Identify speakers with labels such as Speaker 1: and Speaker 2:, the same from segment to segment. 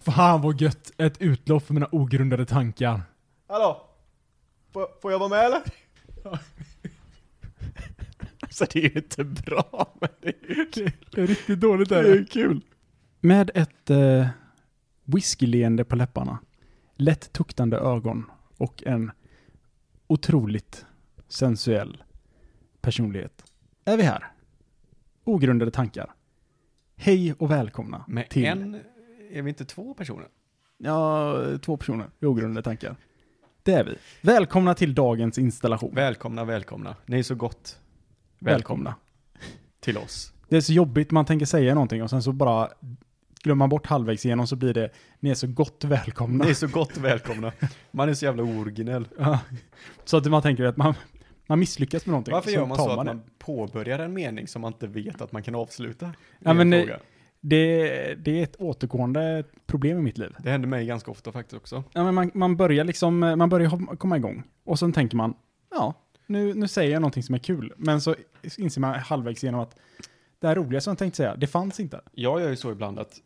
Speaker 1: Fan vad gött! Ett utlopp för mina ogrundade tankar.
Speaker 2: Hallå? Får, får jag vara med eller?
Speaker 3: Alltså det är ju inte bra, men det är ju kul.
Speaker 1: Det är riktigt dåligt
Speaker 3: Det är ju kul.
Speaker 1: Med ett eh, whiskyleende på läpparna, lätt tuktande ögon och en otroligt sensuell personlighet är vi här. Ogrundade tankar. Hej och välkomna
Speaker 3: Med
Speaker 1: till...
Speaker 3: en, är vi inte två personer?
Speaker 1: Ja, två personer. Ogrundade tankar. Det är vi. Välkomna till dagens installation.
Speaker 3: Välkomna, välkomna. Ni är så gott
Speaker 1: välkomna.
Speaker 3: till oss.
Speaker 1: Det är så jobbigt, man tänker säga någonting och sen så bara glömmer man bort halvvägs igenom så blir det, ni är så gott välkomna.
Speaker 3: Ni är så gott välkomna. Man är så jävla originell.
Speaker 1: Ja. Så att man tänker att man, man misslyckas med någonting.
Speaker 3: Varför
Speaker 1: så
Speaker 3: gör man
Speaker 1: tar
Speaker 3: så att
Speaker 1: det.
Speaker 3: man påbörjar en mening som man inte vet att man kan avsluta?
Speaker 1: Ja,
Speaker 3: Det är en
Speaker 1: men,
Speaker 3: fråga.
Speaker 1: Det, det är ett återgående problem i mitt liv.
Speaker 3: Det händer mig ganska ofta faktiskt också.
Speaker 1: Ja, men man, man börjar liksom, man börjar hom- komma igång och sen tänker man, ja, nu, nu säger jag någonting som är kul. Men så inser man halvvägs igenom att det här roliga som jag tänkte säga, det fanns inte.
Speaker 3: Jag gör ju så ibland att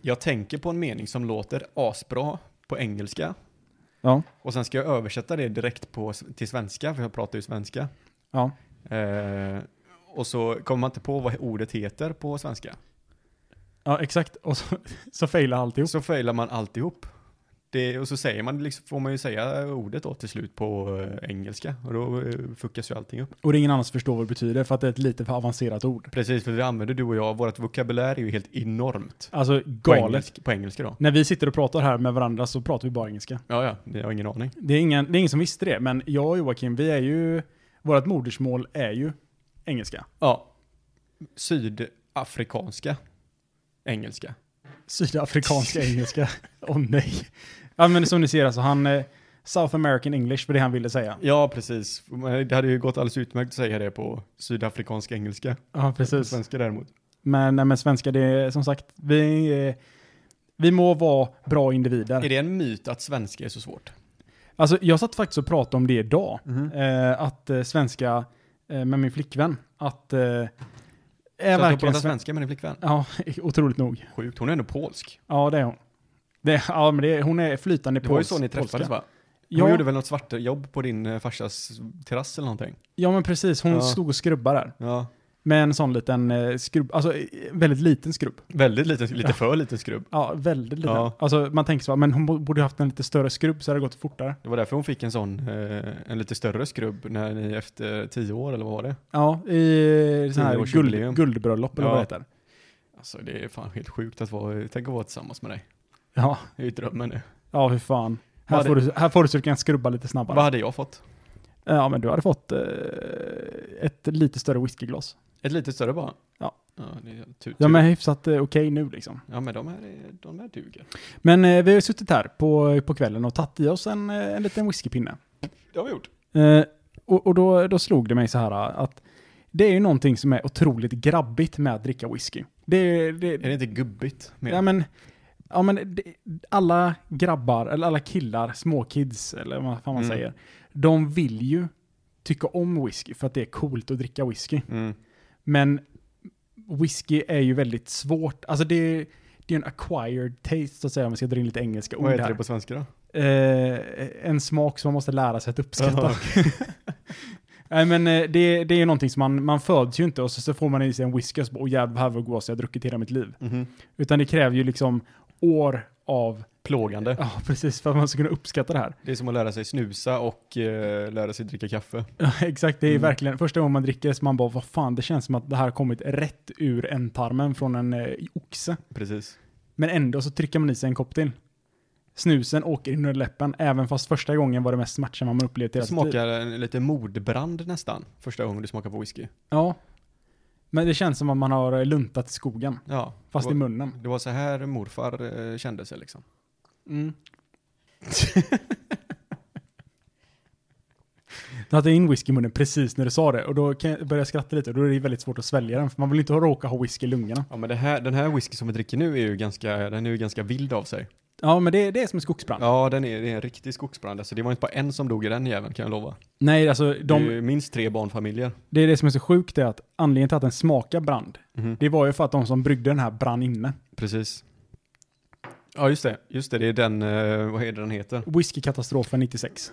Speaker 3: jag tänker på en mening som låter asbra på engelska
Speaker 1: Ja,
Speaker 3: och sen ska jag översätta det direkt på, till svenska, för jag pratar ju svenska.
Speaker 1: ja.
Speaker 3: Eh, och så kommer man inte på vad ordet heter på svenska.
Speaker 1: Ja, exakt. Och så, så failar alltihop.
Speaker 3: Så failar man alltihop. Det, och så säger man, liksom, får man ju säga ordet då till slut på eh, engelska. Och då eh, fuckas ju allting upp.
Speaker 1: Och det är ingen annan som förstår vad det betyder för att det är ett lite för avancerat ord.
Speaker 3: Precis, för vi använder du och jag, vårt vokabulär är ju helt enormt.
Speaker 1: Alltså
Speaker 3: På,
Speaker 1: galet.
Speaker 3: engelsk, på engelska då.
Speaker 1: När vi sitter och pratar här med varandra så pratar vi bara engelska.
Speaker 3: Ja, ja, jag har ingen aning.
Speaker 1: Det är ingen, det är ingen som visste det, men jag och Joakim, vi är ju, vårt modersmål är ju engelska.
Speaker 3: Ja. Sydafrikanska. Engelska.
Speaker 1: Sydafrikanska engelska. Åh nej. Ja men som ni ser alltså, han, eh, South American English var det han ville säga.
Speaker 3: Ja, precis. Men Det hade ju gått alldeles utmärkt att säga det på sydafrikansk engelska.
Speaker 1: Ja precis.
Speaker 3: Svenska däremot.
Speaker 1: Men, nej, men svenska, det är som sagt, vi, eh, vi må vara bra
Speaker 3: Är
Speaker 1: individer.
Speaker 3: det en myt att svenska är så svårt?
Speaker 1: Alltså jag satt faktiskt och pratade om det idag.
Speaker 3: Mhm.
Speaker 1: Eh, att eh, svenska, eh, med min flickvän, att eh, är
Speaker 3: Så att hon
Speaker 1: verkligen
Speaker 3: pratar
Speaker 1: svenska.
Speaker 3: svenska med din flickvän?
Speaker 1: Ja, otroligt nog.
Speaker 3: Sjukt, hon är ändå polsk.
Speaker 1: Ja, det är hon. Det, ja, men det, hon är flytande
Speaker 3: Det var ju
Speaker 1: pols-
Speaker 3: så ni träffades
Speaker 1: polska.
Speaker 3: va? Hon
Speaker 1: Ja,
Speaker 3: gjorde väl något svart jobb på din eh, farsas terrass eller någonting?
Speaker 1: ja, men precis. Hon
Speaker 3: Ja.
Speaker 1: stod och skrubbade där.
Speaker 3: Ja.
Speaker 1: Med en sån liten eh, skrubb, alltså eh, väldigt liten skrubb.
Speaker 3: Väldigt liten, lite för liten skrubb.
Speaker 1: Ja, väldigt liten.
Speaker 3: Ja.
Speaker 1: Alltså man tänker så, men hon bo- borde ju haft en lite större skrubb så hade det gått fortare.
Speaker 3: Det var därför hon fick en sån, eh, en lite större skrubb när ni efter tio år eller vad var det?
Speaker 1: Ja, i sån här
Speaker 3: Tioårsjubileum.
Speaker 1: guld, guldbröllop eller
Speaker 3: Ja.
Speaker 1: vad det heter.
Speaker 3: Alltså det är fan helt sjukt att vara, tänk att vara tillsammans med dig.
Speaker 1: Ja,
Speaker 3: Det är ju drömmen nu.
Speaker 1: ja hur fan. Här,
Speaker 3: Vad
Speaker 1: får du, här får du så du kan skrubba lite snabbare.
Speaker 3: Vad hade jag fått?
Speaker 1: Ja, men du hade fått eh, ett lite större whiskyglas.
Speaker 3: Ett lite större bara?
Speaker 1: Ja.
Speaker 3: Ja, det är tur.
Speaker 1: De är hyfsat eh, okej nu liksom.
Speaker 3: ja men de här, är- de här duger.
Speaker 1: Men eh, vi har ju suttit här på, på kvällen och tagit i oss en, eh, en liten whiskypinne.
Speaker 3: Det har vi gjort.
Speaker 1: Eh, och och då, då slog det mig så här eh, att det är ju någonting som är otroligt grabbigt med att dricka whisky. Det, är- det,
Speaker 3: Är det inte gubbigt? mer?
Speaker 1: ja, men, ja, men det, alla grabbar, eller alla killar, småkids, eller vad fan man
Speaker 3: Mm.
Speaker 1: säger, de vill ju tycka om whisky för att det är coolt att dricka whisky.
Speaker 3: Mm.
Speaker 1: Men whisky är ju väldigt svårt, alltså det är det är en acquired taste, så att säga, om vi ska dra in lite engelska ord
Speaker 3: Vad heter
Speaker 1: här.
Speaker 3: det på svenska då?
Speaker 1: Eh, en smak som man måste lära sig att uppskatta.
Speaker 3: Jaha,
Speaker 1: Nej men eh, det, det är ju någonting som man, man föds ju inte och så, så får man i sig en whisky och så bara, "Åh, jävlar vad gott jag har druckit hela mitt liv.
Speaker 3: Mhm.
Speaker 1: Utan det kräver ju liksom år av,
Speaker 3: Plågande.
Speaker 1: ja precis, för att man ska kunna uppskatta det här.
Speaker 3: Det är som att lära sig snusa och eh, lära sig dricka kaffe.
Speaker 1: Ja, Exakt, det är
Speaker 3: Mm.
Speaker 1: verkligen första gången man dricker så man bara, vad fan, det känns som att det här har kommit rätt ur ändtarmen från en eh, oxe.
Speaker 3: Precis.
Speaker 1: Men ändå så trycker man i sig en kopp till. Snusen åker in under läppen, även fast första gången var det mest smärtsamma man upplevt i
Speaker 3: Det
Speaker 1: hela sitt liv.
Speaker 3: smakar en, lite mordbrand nästan, första gången du smakar på whisky.
Speaker 1: Ja. Men det känns som att man har eh, luntat i skogen,
Speaker 3: Ja,
Speaker 1: fast
Speaker 3: det,
Speaker 1: i
Speaker 3: var,
Speaker 1: munnen.
Speaker 3: det var så här morfar eh, kände sig liksom.
Speaker 1: Mm. Du hade in whisky i munnen precis när du sa det och då kan jag började jag skratta lite och då är det väldigt svårt att svälja den för man vill inte råka ha whisky i lungorna.
Speaker 3: Ja men det här, den här whisky som vi dricker nu är ju ganska, den är ju ganska vild av sig.
Speaker 1: Ja men det, det är som en skogsbrand.
Speaker 3: Ja, den är, det är en riktig skogsbrand. Alltså, det var inte bara en som dog i den jäveln kan jag lova.
Speaker 1: Nej alltså
Speaker 3: De...
Speaker 1: de,
Speaker 3: Det är ju minst tre barnfamiljer.
Speaker 1: det är det som är så sjukt är att anledningen till att den smakar brand
Speaker 3: Mhm.
Speaker 1: det var ju för att de som bryggde den här brann inne.
Speaker 3: Precis. Ja, just det. Just det, det är den, eh, vad heter den heter?
Speaker 1: Whiskykatastrofen 96.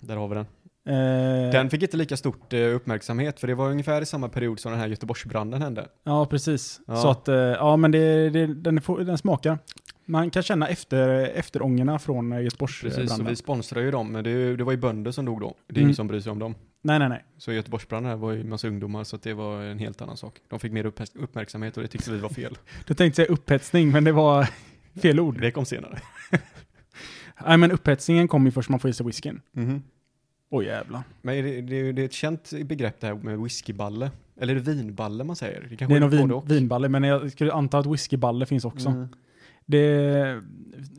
Speaker 3: Där har vi den.
Speaker 1: Eh,
Speaker 3: Den fick inte lika stort eh, uppmärksamhet, för det var ungefär i samma period som den här Göteborgsbranden hände.
Speaker 1: Ja, precis.
Speaker 3: Ja.
Speaker 1: Så att, eh, ja men det, det, den, får- den smakar. Man kan känna efter, efterångerna från eh,
Speaker 3: Precis,
Speaker 1: Göteborgsbranden.
Speaker 3: och vi sponsrar ju dem, men det, är ju- det var ju bönder som dog då. Det är
Speaker 1: Mm.
Speaker 3: ingen som bryr sig om dem.
Speaker 1: Nej, nej, nej.
Speaker 3: Så Göteborgsbranden här var ju en massa ungdomar, så att det var en helt annan sak. De fick mer upphets- uppmärksamhet och det tyckte vi var fel.
Speaker 1: Du tänkte säga upphetsning, men det var fel ord.
Speaker 3: Det kom senare.
Speaker 1: Nej, men upphetsningen kommer ju först när man får i sig whiskyn. Åh jävlar.
Speaker 3: Mm-hmm. Men är det, det, är ju- det är ett känt begrepp det här med whiskyballe. Eller är det vinballe man säger? Det, kanske
Speaker 1: Det är nog
Speaker 3: både
Speaker 1: vin,
Speaker 3: och.
Speaker 1: vinballe, men jag skulle anta att whiskyballe finns också.
Speaker 3: Mm.
Speaker 1: Det,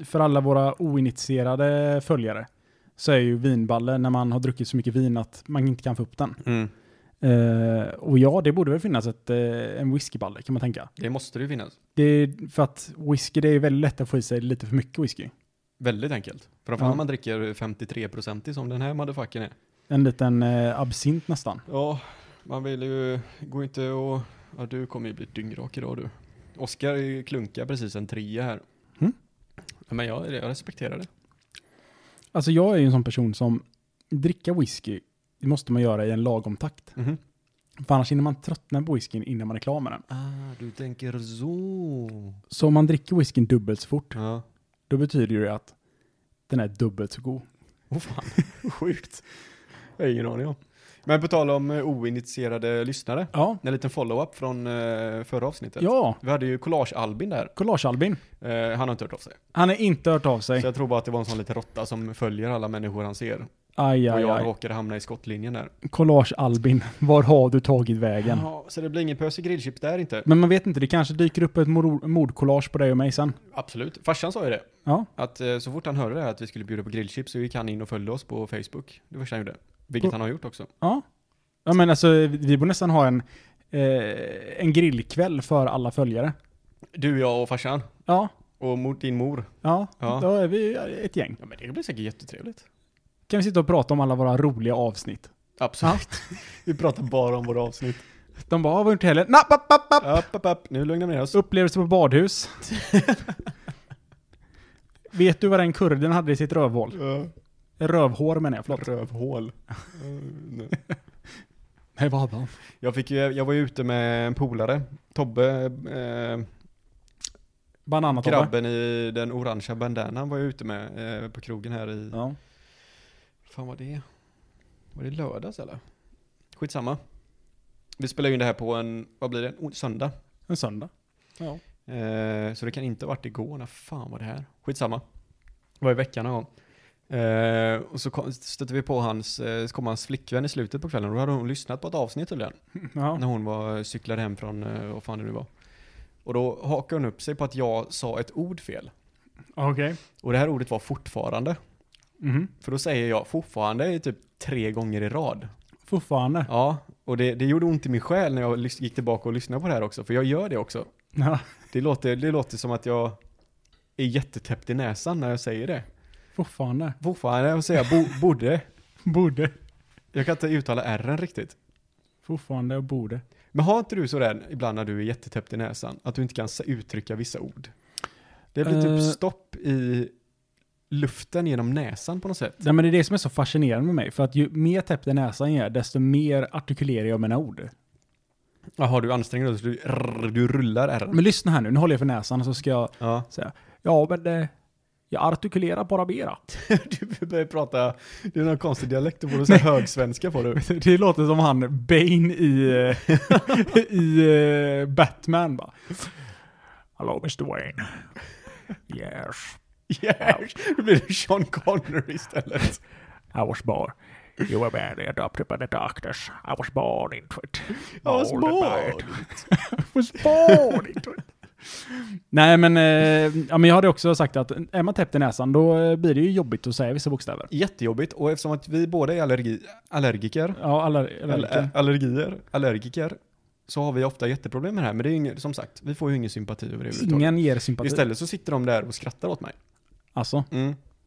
Speaker 1: för alla våra oinitierade följare så är ju vinballe när man har druckit så mycket vin att man inte kan få upp den.
Speaker 3: Mm.
Speaker 1: Eh, och ja, det borde väl finnas ett, eh, en whiskyballe kan man tänka.
Speaker 3: Det måste det ju finnas.
Speaker 1: Det är för att whisky, det är ju väldigt lätt att få i sig lite för mycket whisky.
Speaker 3: Väldigt enkelt. Framförallt
Speaker 1: Ja.
Speaker 3: när man dricker 53% som den här motherfuckern är.
Speaker 1: En liten eh, absint nästan.
Speaker 3: Ja, man vill ju, gå inte och, ja du kommer ju bli dyngrak idag du. Oskar klunkar precis en trea här.
Speaker 1: Mm.
Speaker 3: Ja, Men jag, jag respekterar det.
Speaker 1: Alltså jag är ju en sån person som dricka whisky, det måste man göra i en lagom takt. För annars hinner man tröttna på whiskyn innan man är klar med den.
Speaker 3: Ah, du tänker så.
Speaker 1: Så om man dricker whiskyn dubbelt så fort,
Speaker 3: Ja.
Speaker 1: då betyder ju det att den är dubbelt så god.
Speaker 3: Åh fan, sjukt. Jag har ingen aning om. Men på tal om eh, oinitierade lyssnare,
Speaker 1: Ja,
Speaker 3: en liten follow-up från eh, förra avsnittet.
Speaker 1: ja.
Speaker 3: Vi hade ju Collage-Albin där.
Speaker 1: Collage-Albin.
Speaker 3: Eh, han har inte hört av sig.
Speaker 1: Han har inte hört av sig.
Speaker 3: Så jag tror bara att det var en sån liten råtta som följer alla människor han ser.
Speaker 1: Aj,
Speaker 3: och
Speaker 1: aj,
Speaker 3: jag
Speaker 1: aj.
Speaker 3: råkade hamna i skottlinjen där.
Speaker 1: Collage-Albin, var har du tagit vägen?
Speaker 3: Ja, så det blir ingen pösig grillchips där inte?
Speaker 1: Men man vet inte, det kanske dyker upp ett mor- mordcollage på dig och mig sen.
Speaker 3: Absolut. Farsan sa ju det.
Speaker 1: Ja.
Speaker 3: Att eh, så fort han hörde det här att vi skulle bjuda på grillchips så gick han in och följde oss på Facebook. Det första han gjorde. Vilket
Speaker 1: På-
Speaker 3: han har gjort också.
Speaker 1: Ja. Ja men alltså, vi- vi borde nästan ha en, eh, en grillkväll för alla följare.
Speaker 3: Du, jag och farsan.
Speaker 1: Ja.
Speaker 3: Och mot din mor.
Speaker 1: Ja,
Speaker 3: Ja.
Speaker 1: då är vi ett gäng.
Speaker 3: Ja men det blir säkert jättetrevligt.
Speaker 1: Kan vi sitta och prata om alla våra roliga avsnitt?
Speaker 3: Absolut. vi pratar bara om våra avsnitt.
Speaker 1: De bara, "Ah, vad har vi gjort i helgen? Napp, app, app, app.
Speaker 3: Upp, upp, upp. Nu lugnar vi ner oss.
Speaker 1: Upplevelse på badhus. Vet du vad den kurden hade i sitt rövhål? Rövhår menar jag, förlåt.
Speaker 3: Rövhål.
Speaker 1: Nej, vad hade han?
Speaker 3: jag, fick ju, jag var ju ute med en polare. Tobbe, eh,
Speaker 1: Bananatobbe.
Speaker 3: grabben i den orangea bandanan var jag ute med eh, på krogen här i
Speaker 1: Ja.
Speaker 3: fan var det? Var det lördags eller? Skitsamma. Vi spelar ju in det här på en, vad blir det? Oh, söndag.
Speaker 1: En söndag. Ja.
Speaker 3: Eh, så det kan inte ha varit igår, när fan var det här? Skitsamma. Det var i veckan någon gång. Eh, och så kom, stötte vi på hans, eh, så kom hans flickvän i slutet på kvällen och då hade hon lyssnat på ett avsnitt tydligen.
Speaker 1: Ja.
Speaker 3: När hon var, cyklade hem från, eh, vad fan det nu var. Och då hakade hon upp sig på att jag sa ett ord fel.
Speaker 1: Okej.
Speaker 3: Och det här ordet var fortfarande.
Speaker 1: Mhm.
Speaker 3: För då säger jag fortfarande typ tre gånger i rad.
Speaker 1: Fortfarande.
Speaker 3: Ja, och det, det gjorde ont i min själ när jag lys- gick tillbaka och lyssnade på det här också, för jag gör det också.
Speaker 1: Ja.
Speaker 3: Det låter, det låter som att jag är jättetäppt i näsan när jag säger det.
Speaker 1: Fortfarande.
Speaker 3: Fortfarande att säga bo, borde.
Speaker 1: Borde.
Speaker 3: Jag kan inte uttala r riktigt.
Speaker 1: Fortfarande och borde.
Speaker 3: Men har inte du sådär ibland när du är jättetäppt i näsan, att du inte kan se- uttrycka vissa ord? Det blir
Speaker 1: Eh.
Speaker 3: typ stopp i luften genom näsan på något sätt.
Speaker 1: Nej, men det är det som är så fascinerande med mig. För att ju mer täppt i näsan jag är, desto mer artikulerar jag mina ord.
Speaker 3: Jaha, du anstränger dig så du, rrr, du rullar r.
Speaker 1: Men lyssna här nu, nu håller jag för näsan och så ska jag
Speaker 3: Ja.
Speaker 1: säga Ja, men eh, jag artikulerar bara mera.
Speaker 3: Du börjar prata, det är någon konstig dialekt du får, så här högsvenska får du.
Speaker 1: Det låter som han Bane i, eh, i eh, Batman bara. Hello Mr Wayne. Yes,
Speaker 3: Yes! Då blir det Sean Connery istället.
Speaker 1: I was born. You were barely adopted by the doctors. I was born into it. I
Speaker 3: was born.
Speaker 1: I was born into it. Nej, men, eh, ja, men jag hade också sagt att är man täppt i näsan då eh, blir det ju jobbigt att säga vissa bokstäver.
Speaker 3: Jättejobbigt, och eftersom att vi båda är allergi, allergiker,
Speaker 1: Ja, alla,
Speaker 3: all,
Speaker 1: alla,
Speaker 3: allergier, allergiker, så har vi ofta jätteproblem med det här. Men det är inget, som sagt, vi får ju ingen sympati över det överhuvudtaget.
Speaker 1: ingen ger sympati.
Speaker 3: Istället så sitter de där och skrattar åt mig.
Speaker 1: Alltså,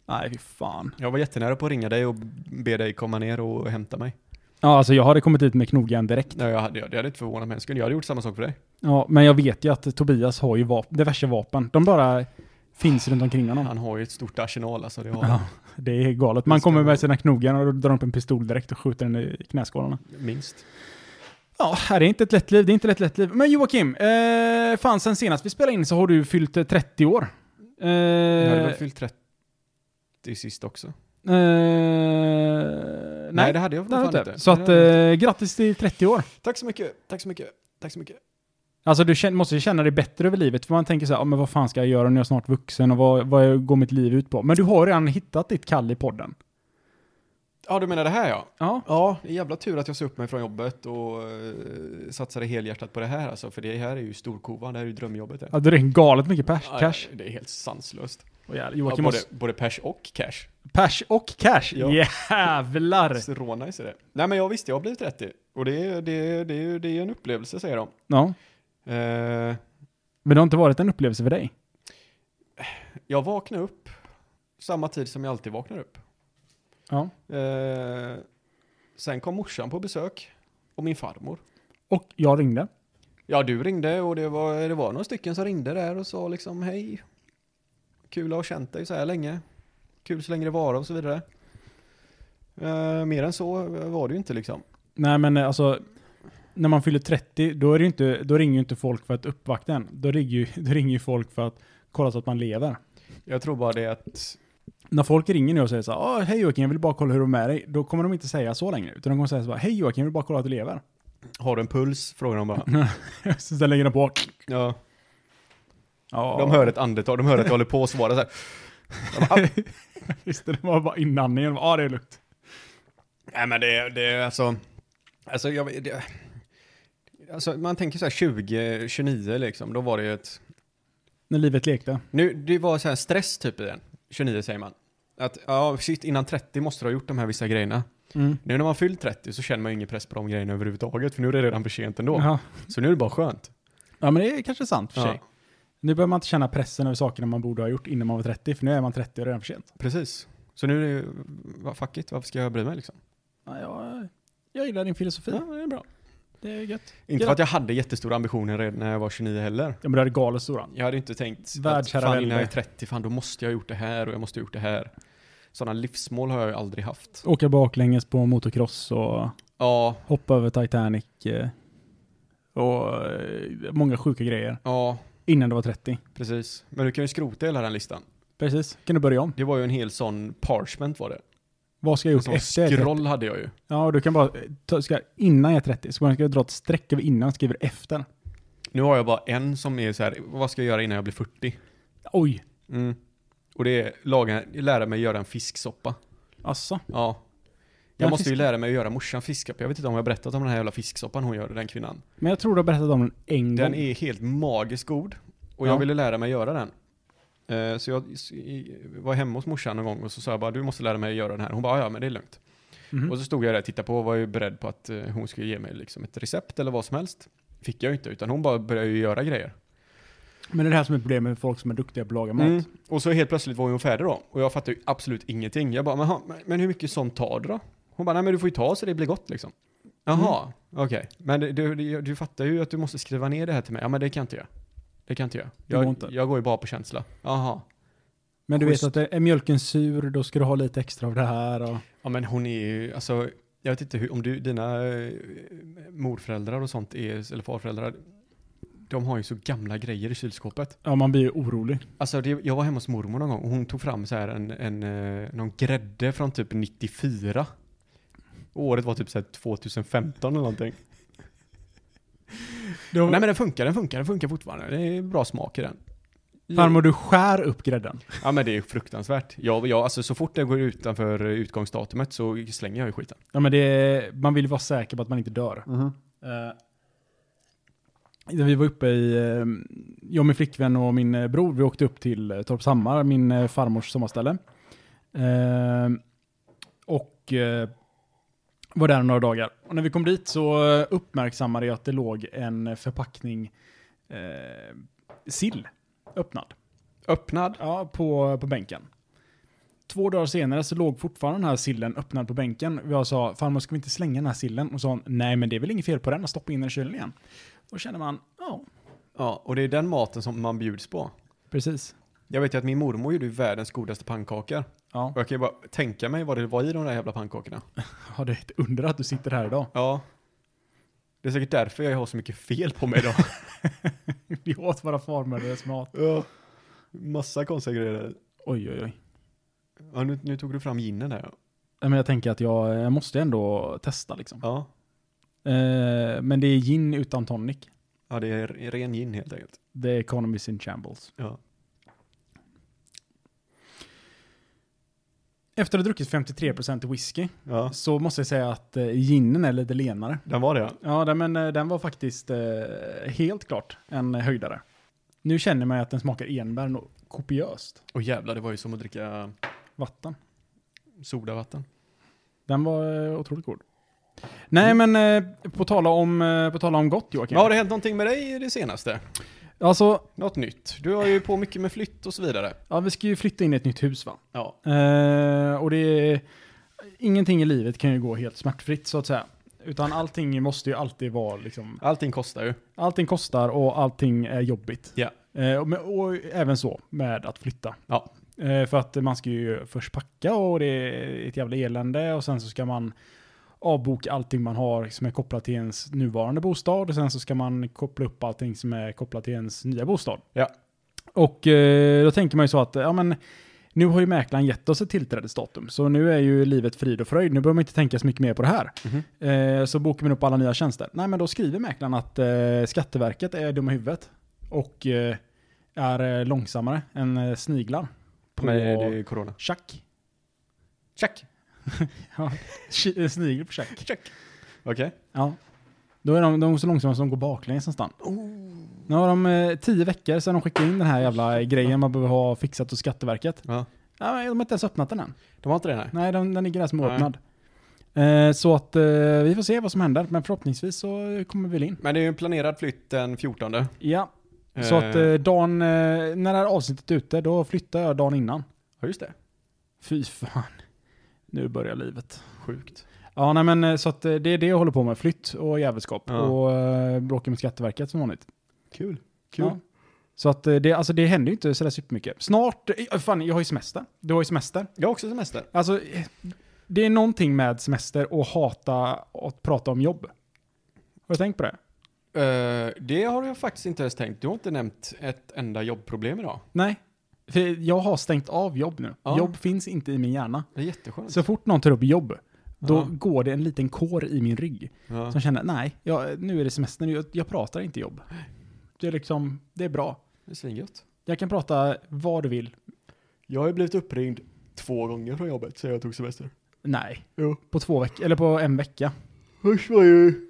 Speaker 1: nej fy fan.
Speaker 3: Jag var jättenära på att ringa dig och be dig komma ner och hämta mig.
Speaker 1: Ja, alltså jag hade kommit hit med knogjärn direkt.
Speaker 3: Nej, jag hade, jag, det hade inte förvånat mig en sekund. Jag hade gjort samma sak för dig.
Speaker 1: Ja, men jag vet ju att Tobias har ju vap- diverse vapen. De bara finns runt omkring honom.
Speaker 3: Han har ju ett stort arsenal alltså. Det har
Speaker 1: Ja, det är galet. Man
Speaker 3: Det ska
Speaker 1: kommer
Speaker 3: vara-
Speaker 1: med sina knogar och drar upp en pistol direkt och skjuter den i knäskålarna.
Speaker 3: minst.
Speaker 1: Ja, här är inte ett lätt liv. Det är inte ett lätt liv. Men Joakim, eh, fan sen senast vi spelade in så har du fyllt eh, 30 år. Eh,
Speaker 3: Jag hade väl fyllt 30 sist också? Nej,
Speaker 1: eh, nej,
Speaker 3: det hade jag
Speaker 1: det har
Speaker 3: fan
Speaker 1: du
Speaker 3: inte.
Speaker 1: inte. Så
Speaker 3: Det
Speaker 1: att,
Speaker 3: hade jag inte.
Speaker 1: eh, grattis till 30 år.
Speaker 3: Tack så mycket, tack så mycket, tack så mycket.
Speaker 1: Alltså du känner, måste ju känna dig bättre över livet, för man tänker så här, ah, men vad fan ska jag göra när jag är snart vuxen och vad, vad går mitt liv ut på? Men du har redan hittat ditt kall i podden.
Speaker 3: Ja, du menar det här ja?
Speaker 1: Ja.
Speaker 3: Ja, det är jävla tur att jag sa upp mig från jobbet och eh, satsade helhjärtat på det här alltså, för det här är ju storkovan, det här är ju drömjobbet. Det.
Speaker 1: Ja, det är en galet mycket pers,
Speaker 3: Ja,
Speaker 1: cash.
Speaker 3: Det är helt sanslöst.
Speaker 1: Och jävlar,
Speaker 3: Ja,
Speaker 1: Joakim
Speaker 3: både,
Speaker 1: måste...
Speaker 3: både pers och cash.
Speaker 1: Pers och cash?
Speaker 3: Ja.
Speaker 1: Jävlar!
Speaker 3: Så rånice är det. Nej men jag visste, jag har blivit 30. Och det är, det är, det är, det är en upplevelse säger de.
Speaker 1: Ja.
Speaker 3: Eh,
Speaker 1: Men det har inte varit en upplevelse för dig?
Speaker 3: jag vaknar upp samma tid som jag alltid vaknar upp.
Speaker 1: Ja.
Speaker 3: Eh, sen kom morsan på besök och min farmor.
Speaker 1: Och jag ringde.
Speaker 3: Ja, du ringde och det var, det var några stycken som ringde där och sa liksom hej. Kul att ha känt dig så här länge. Kul så länge det var och så vidare. Eh, mer än så var det ju inte liksom.
Speaker 1: Nej men eh, alltså, när man fyller 30, då, är det ju inte, då ringer ju inte folk för att uppvakta en. Då ringer, ju, då ringer ju folk för att kolla så att man lever.
Speaker 3: Jag tror bara det att
Speaker 1: När folk ringer nu och säger så här, "Ah, hej Joakim, jag vill bara kolla hur du är med dig. Då kommer de inte säga så längre, utan de kommer säga så här, hej Joakim, jag vill bara kolla att du lever.
Speaker 3: har du en puls? Frågar de bara.
Speaker 1: så sen lägger de på. "Ah,
Speaker 3: Ja,
Speaker 1: Ja,
Speaker 3: de hör ett andetag, de hör att jag håller på att svara så här. De bara, "Ah,
Speaker 1: Just det, det var bara inandningen. Ja, det är lugnt.
Speaker 3: Nej men det, det är alltså, alltså jag, det, alltså man tänker så här 20, 29 liksom, då var det ju ett,
Speaker 1: När livet lekte.
Speaker 3: nu, det var så här stress typ i den, 29 säger man. Att, ja shit, innan 30 måste du ha gjort de här vissa grejerna.
Speaker 1: Mm.
Speaker 3: Nu när man fyllt 30 så känner man ju ingen press på de grejerna överhuvudtaget, för nu är det redan för sent ändå.
Speaker 1: Ja.
Speaker 3: Så nu är det bara skönt.
Speaker 1: ja, men det är kanske sant för sig.
Speaker 3: Ja,
Speaker 1: Nu behöver man inte känna pressen över sakerna man borde ha gjort innan man var 30, för nu är man 30 och det är redan för sent.
Speaker 3: precis. Så nu är det ju, va, fuck it, varför ska jag bry mig liksom?
Speaker 1: Ja, jag, jag gillar din filosofi.
Speaker 3: Ja, det är bra.
Speaker 1: Det är gött.
Speaker 3: Inte
Speaker 1: Ja.
Speaker 3: för att jag hade jättestora ambitioner redan när jag var 29 heller.
Speaker 1: Ja, men det är galet stora.
Speaker 3: Jag hade inte tänkt att
Speaker 1: Världsherravälde.
Speaker 3: fan innan jag är 30, fan då måste jag ha gjort det här och jag måste ha gjort det här. Sådana livsmål har jag ju aldrig haft.
Speaker 1: Åka baklänges på motocross och
Speaker 3: Ja,
Speaker 1: hoppa över Titanic. eh, Och eh, många sjuka grejer.
Speaker 3: ja,
Speaker 1: Innan du var 30.
Speaker 3: precis. Men du kan ju skrota hela den listan.
Speaker 1: Precis. Kan du börja om?
Speaker 3: Det var ju en hel sån parchment var det.
Speaker 1: Vad ska jag
Speaker 3: En
Speaker 1: gjort
Speaker 3: sån
Speaker 1: efter jag är 30?
Speaker 3: scroll hade jag ju.
Speaker 1: Ja, du kan bara... eh, Ta, ska, innan jag är 30. Så man ska dra ett streck över innan och skriver efter.
Speaker 3: Nu har jag bara en som är så här, vad ska jag göra innan jag blir 40?
Speaker 1: Oj!
Speaker 3: Mm. Och det är laga, lära mig göra en fisksoppa.
Speaker 1: Asså?
Speaker 3: Ja.
Speaker 1: Ja,
Speaker 3: Jag måste ju
Speaker 1: fisk-
Speaker 3: lära mig att göra morsan fisksoppa. Jag vet inte om jag har berättat om den här jävla fisksoppan hon gör, den kvinnan.
Speaker 1: Men jag tror du har berättat om den en
Speaker 3: Den
Speaker 1: gång.
Speaker 3: är helt magiskt god.
Speaker 1: Mm. Ja.
Speaker 3: Och jag ville lära mig göra den. Eh, Så jag s- i- var hemma hos morsan någon gång och så sa jag bara du måste lära mig göra den här. Hon bara ja men det är lugnt.
Speaker 1: Mhm.
Speaker 3: Och så stod jag där och tittade på och var ju beredd på att eh, hon skulle ge mig liksom ett recept eller vad som helst. Fick jag ju inte utan hon bara började ju göra grejer.
Speaker 1: Men det är det här som är problemet med folk som är duktiga på att laga mat.
Speaker 3: Mm. Och så helt plötsligt var hon färdig då och jag fattade ju absolut ingenting. Jag bara men, ha- men hur mycket sånt tar du då? Hon bara nej men du får ju ta så det blir gott liksom.
Speaker 1: Mm.
Speaker 3: Jaha, okej. Men det- du, du, du fattar ju att du måste skriva ner det här till mig. Ja men det kan jag inte jag. Det kan inte jag.
Speaker 1: Det går
Speaker 3: Jag,
Speaker 1: inte.
Speaker 3: jag går ju bara på känsla. Jaha.
Speaker 1: Men du
Speaker 3: Schysst.
Speaker 1: vet att eh, är är mjölken sur, då ska du ha lite extra av det här. Och...
Speaker 3: Ja men hon är ju, alltså, jag vet inte hur, om du, dina eh, morföräldrar och sånt är, eller farföräldrar, de har ju så gamla grejer i kylskåpet.
Speaker 1: Ja, man blir ju orolig.
Speaker 3: Alltså det, jag var hemma hos mormor någon gång och hon tog fram så här en, en eh, någon grädde från typ 94. Året var typ så här 2015 eller någonting.
Speaker 1: Då...
Speaker 3: Nej men den funkar, den funkar, den funkar fortfarande. Det är bra smak i den.
Speaker 1: Farmor, du skär upp grädden.
Speaker 3: Ja men det är fruktansvärt. Jag, jag, alltså så fort det går utanför utgångsdatumet så slänger jag ju skiten.
Speaker 1: Ja, men det är... Man vill vara säker på att man inte dör. Eh, när vi var uppe i, eh, jag min flickvän och min eh, bror, vi åkte upp till eh, Torpshammar, min eh, farmors sommarställe. Eh, och eh, var där några dagar. Och när vi kom dit så eh, uppmärksammade jag att det låg en förpackning eh, sill öppnad
Speaker 3: Öppnad.
Speaker 1: ja, på, på bänken. Två dagar senare så låg fortfarande den här sillen öppnad på bänken. Jag sa, farmor ska vi inte slänga den här sillen? Och sa hon, nej men det är väl inget fel på den, stoppa in den i kylen igen. Då känner man, ja,
Speaker 3: Ja, och det är den maten som man bjuds på.
Speaker 1: precis.
Speaker 3: Jag vet ju att min mormor gjorde ju världens godaste pannkakor.
Speaker 1: Ja.
Speaker 3: Och jag kan ju bara tänka mig vad det var i de där jävla pannkakorna.
Speaker 1: ja, det är ett under att du sitter här idag.
Speaker 3: Ja. Det är säkert därför jag har så mycket fel på mig idag.
Speaker 1: Vi åt våra farmödrars mat.
Speaker 3: ja. Massa konstiga grejer. där.
Speaker 1: Oj, oj, oj.
Speaker 3: Ja, nu, nu tog du fram ginen där. ja.
Speaker 1: Nej, Men jag tänker att jag, jag måste ändå testa liksom.
Speaker 3: Ja.
Speaker 1: Eh, men det är gin utan tonic.
Speaker 3: Ja, det är ren gin helt enkelt.
Speaker 1: The economy's in shambles.
Speaker 3: Ja.
Speaker 1: Efter att ha druckit 53% whisky
Speaker 3: Ja.
Speaker 1: så måste jag säga att eh, ginen är lite lenare.
Speaker 3: Den var det ja.
Speaker 1: Ja, den- men eh, den var faktiskt eh, helt klart en höjdare. Nu känner man ju att den smakar enbär nå- kopiöst.
Speaker 3: Och jävlar, det var ju som att dricka
Speaker 1: Vatten.
Speaker 3: sodavatten.
Speaker 1: Den var eh, otroligt god. Nej, men eh, på tala om, eh, på tala om gott Joakim.
Speaker 3: Men har det hänt någonting med dig i det senaste?
Speaker 1: Alltså,
Speaker 3: Något nytt? Du har ju på mycket med flytt och så vidare.
Speaker 1: ja, vi ska ju flytta in i ett nytt hus va?
Speaker 3: Ja.
Speaker 1: Eh, och det är, ingenting i livet kan ju gå helt smärtfritt så att säga. Utan allting måste ju alltid vara liksom,
Speaker 3: Allting kostar ju.
Speaker 1: allting kostar och allting är jobbigt.
Speaker 3: Ja.
Speaker 1: Eh, och, med, och även så med att flytta.
Speaker 3: Ja.
Speaker 1: Eh, för att man ska ju först packa och det är ett jävla elände och sen så ska man avboka allting man har som är kopplat till ens nuvarande bostad och sen så ska man koppla upp allting som är kopplat till ens nya bostad.
Speaker 3: Ja.
Speaker 1: Och eh, då tänker man ju så att, ja men nu har ju mäklaren gett oss ett tillträdesdatum, så nu är ju livet frid och fröjd. Nu behöver man inte tänka så mycket mer på det här.
Speaker 3: Mhm.
Speaker 1: Eh, så bokar man upp alla nya tjänster. Nej, men då skriver mäklaren att eh, Skatteverket är dumma i huvudet och eh, är eh, långsammare än eh, sniglar. På
Speaker 3: Men det är ju corona.
Speaker 1: tjack.
Speaker 3: Check!
Speaker 1: Ja, ki- eh, snigel på tjack.
Speaker 3: Check! Okej.
Speaker 1: Ja. Då är de, de är så långsamma som de går baklänges nästan. Nu har de eh, tio veckor sedan de skickade in den här jävla grejen man behöver ha fixat hos Skatteverket.
Speaker 3: Ja.
Speaker 1: Ja, men de har inte ens öppnat den än.
Speaker 3: De har inte det här?
Speaker 1: Nej, den, den ligger där som oöppnad. Eh, så att eh, vi får se vad som händer, men förhoppningsvis så kommer vi väl in.
Speaker 3: Men det är ju en planerad flytt den 14.
Speaker 1: Ja, så att eh, dagen, eh, när det här avsnittet är ute, då flyttar jag dagen innan.
Speaker 3: Ja, just det.
Speaker 1: Fy fan. Nu börjar livet.
Speaker 3: Sjukt.
Speaker 1: Ja, nej men eh, så att eh, det är det jag håller på med. Flytt och jävelskap.
Speaker 3: Ja.
Speaker 1: Och eh, bråka med Skatteverket som vanligt.
Speaker 3: Kul. Kul.
Speaker 1: Ja. Så att eh, det, alltså det händer ju inte sådär supermycket. Snart, eh, fan jag har ju semester. Du har ju semester.
Speaker 3: Jag har också semester.
Speaker 1: Alltså, eh, det är någonting med semester och hata att prata om jobb. Har du tänkt på det?
Speaker 3: Eh, det har jag faktiskt inte ens tänkt. Du har inte nämnt ett enda jobbproblem idag.
Speaker 1: Nej. För jag har stängt av jobb nu.
Speaker 3: Ja.
Speaker 1: Jobb finns inte i min hjärna.
Speaker 3: Det är jätteskönt.
Speaker 1: Så fort någon tar upp jobb, då
Speaker 3: Ja.
Speaker 1: går det en liten kår i min rygg.
Speaker 3: Ja.
Speaker 1: Som känner, nej, jag, nu är det semester, nu, jag, jag pratar inte jobb. Det är liksom, det är bra.
Speaker 3: Det är svingött.
Speaker 1: Jag kan prata vad du vill.
Speaker 3: Jag har ju blivit uppringd två gånger från jobbet sedan jag tog semester.
Speaker 1: Nej.
Speaker 3: Jo.
Speaker 1: På två veckor, eller på en vecka.
Speaker 3: Först var ju...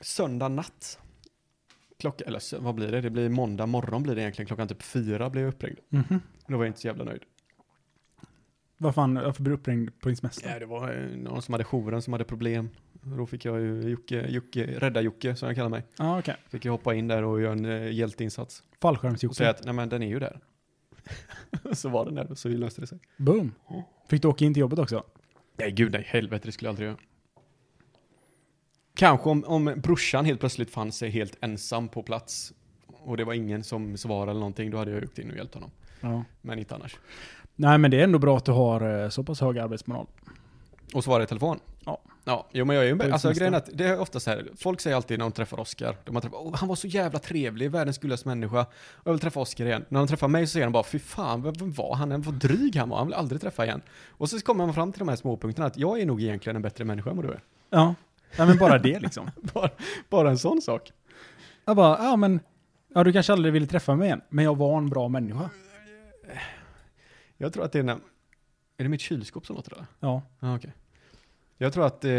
Speaker 3: Söndag natt. Klocka, eller sö- vad blir det? Det blir måndag morgon blir det egentligen. Klockan typ fyra blev jag uppringd.
Speaker 1: Mhm.
Speaker 3: Då var jag inte så jävla nöjd.
Speaker 1: Vad fan, varför blir du uppringd på din semester?
Speaker 3: Nej, det var eh, någon som hade jouren som hade problem. Då fick jag ju Jocke, Jocke, rädda Jocke som jag kallar mig.
Speaker 1: Ja, ah, okej.
Speaker 3: Fick jag hoppa in där och göra en eh, hjälteinsats. Och säga
Speaker 1: Fallskärmsjocke.
Speaker 3: att nej men den är ju där. så var den där och så löste det sig.
Speaker 1: Boom. Fick du åka in till jobbet också?
Speaker 3: Nej gud nej, helvete det skulle jag aldrig göra. Kanske om, om brorsan helt plötsligt fann sig helt ensam på plats och det var ingen som svarade eller någonting, då hade jag åkt in och hjälpt honom.
Speaker 1: Ja.
Speaker 3: Men inte annars.
Speaker 1: Nej, men det är ändå bra att du har eh, så pass hög arbetsmoral.
Speaker 3: Och svara i telefon.
Speaker 1: Ja.
Speaker 3: Ja, jo men jag är ju
Speaker 1: är
Speaker 3: med. Alltså
Speaker 1: semester.
Speaker 3: grejen är att det är ofta så här, folk säger alltid när de träffar Oscar, de har träffat, "Åh, han var så jävla trevlig, världens gulligaste människa, och jag vill träffa Oscar igen. När de träffar mig så säger de bara, fy fan, vem vem var han? Vad dryg han var, han vill aldrig träffa igen. Och så kommer man fram till de här småpunkterna, att jag är nog egentligen en bättre människa än vad du är.
Speaker 1: Ja. Nej, men bara det liksom.
Speaker 3: Bara, bara en sån sak.
Speaker 1: Jag bara, ja men, ja du kanske aldrig ville träffa mig igen, men jag var en bra människa.
Speaker 3: Jag tror att det är när... Är det mitt kylskåp som låter där?
Speaker 1: Ja.
Speaker 3: Ja, okej. Jag tror att... Eh,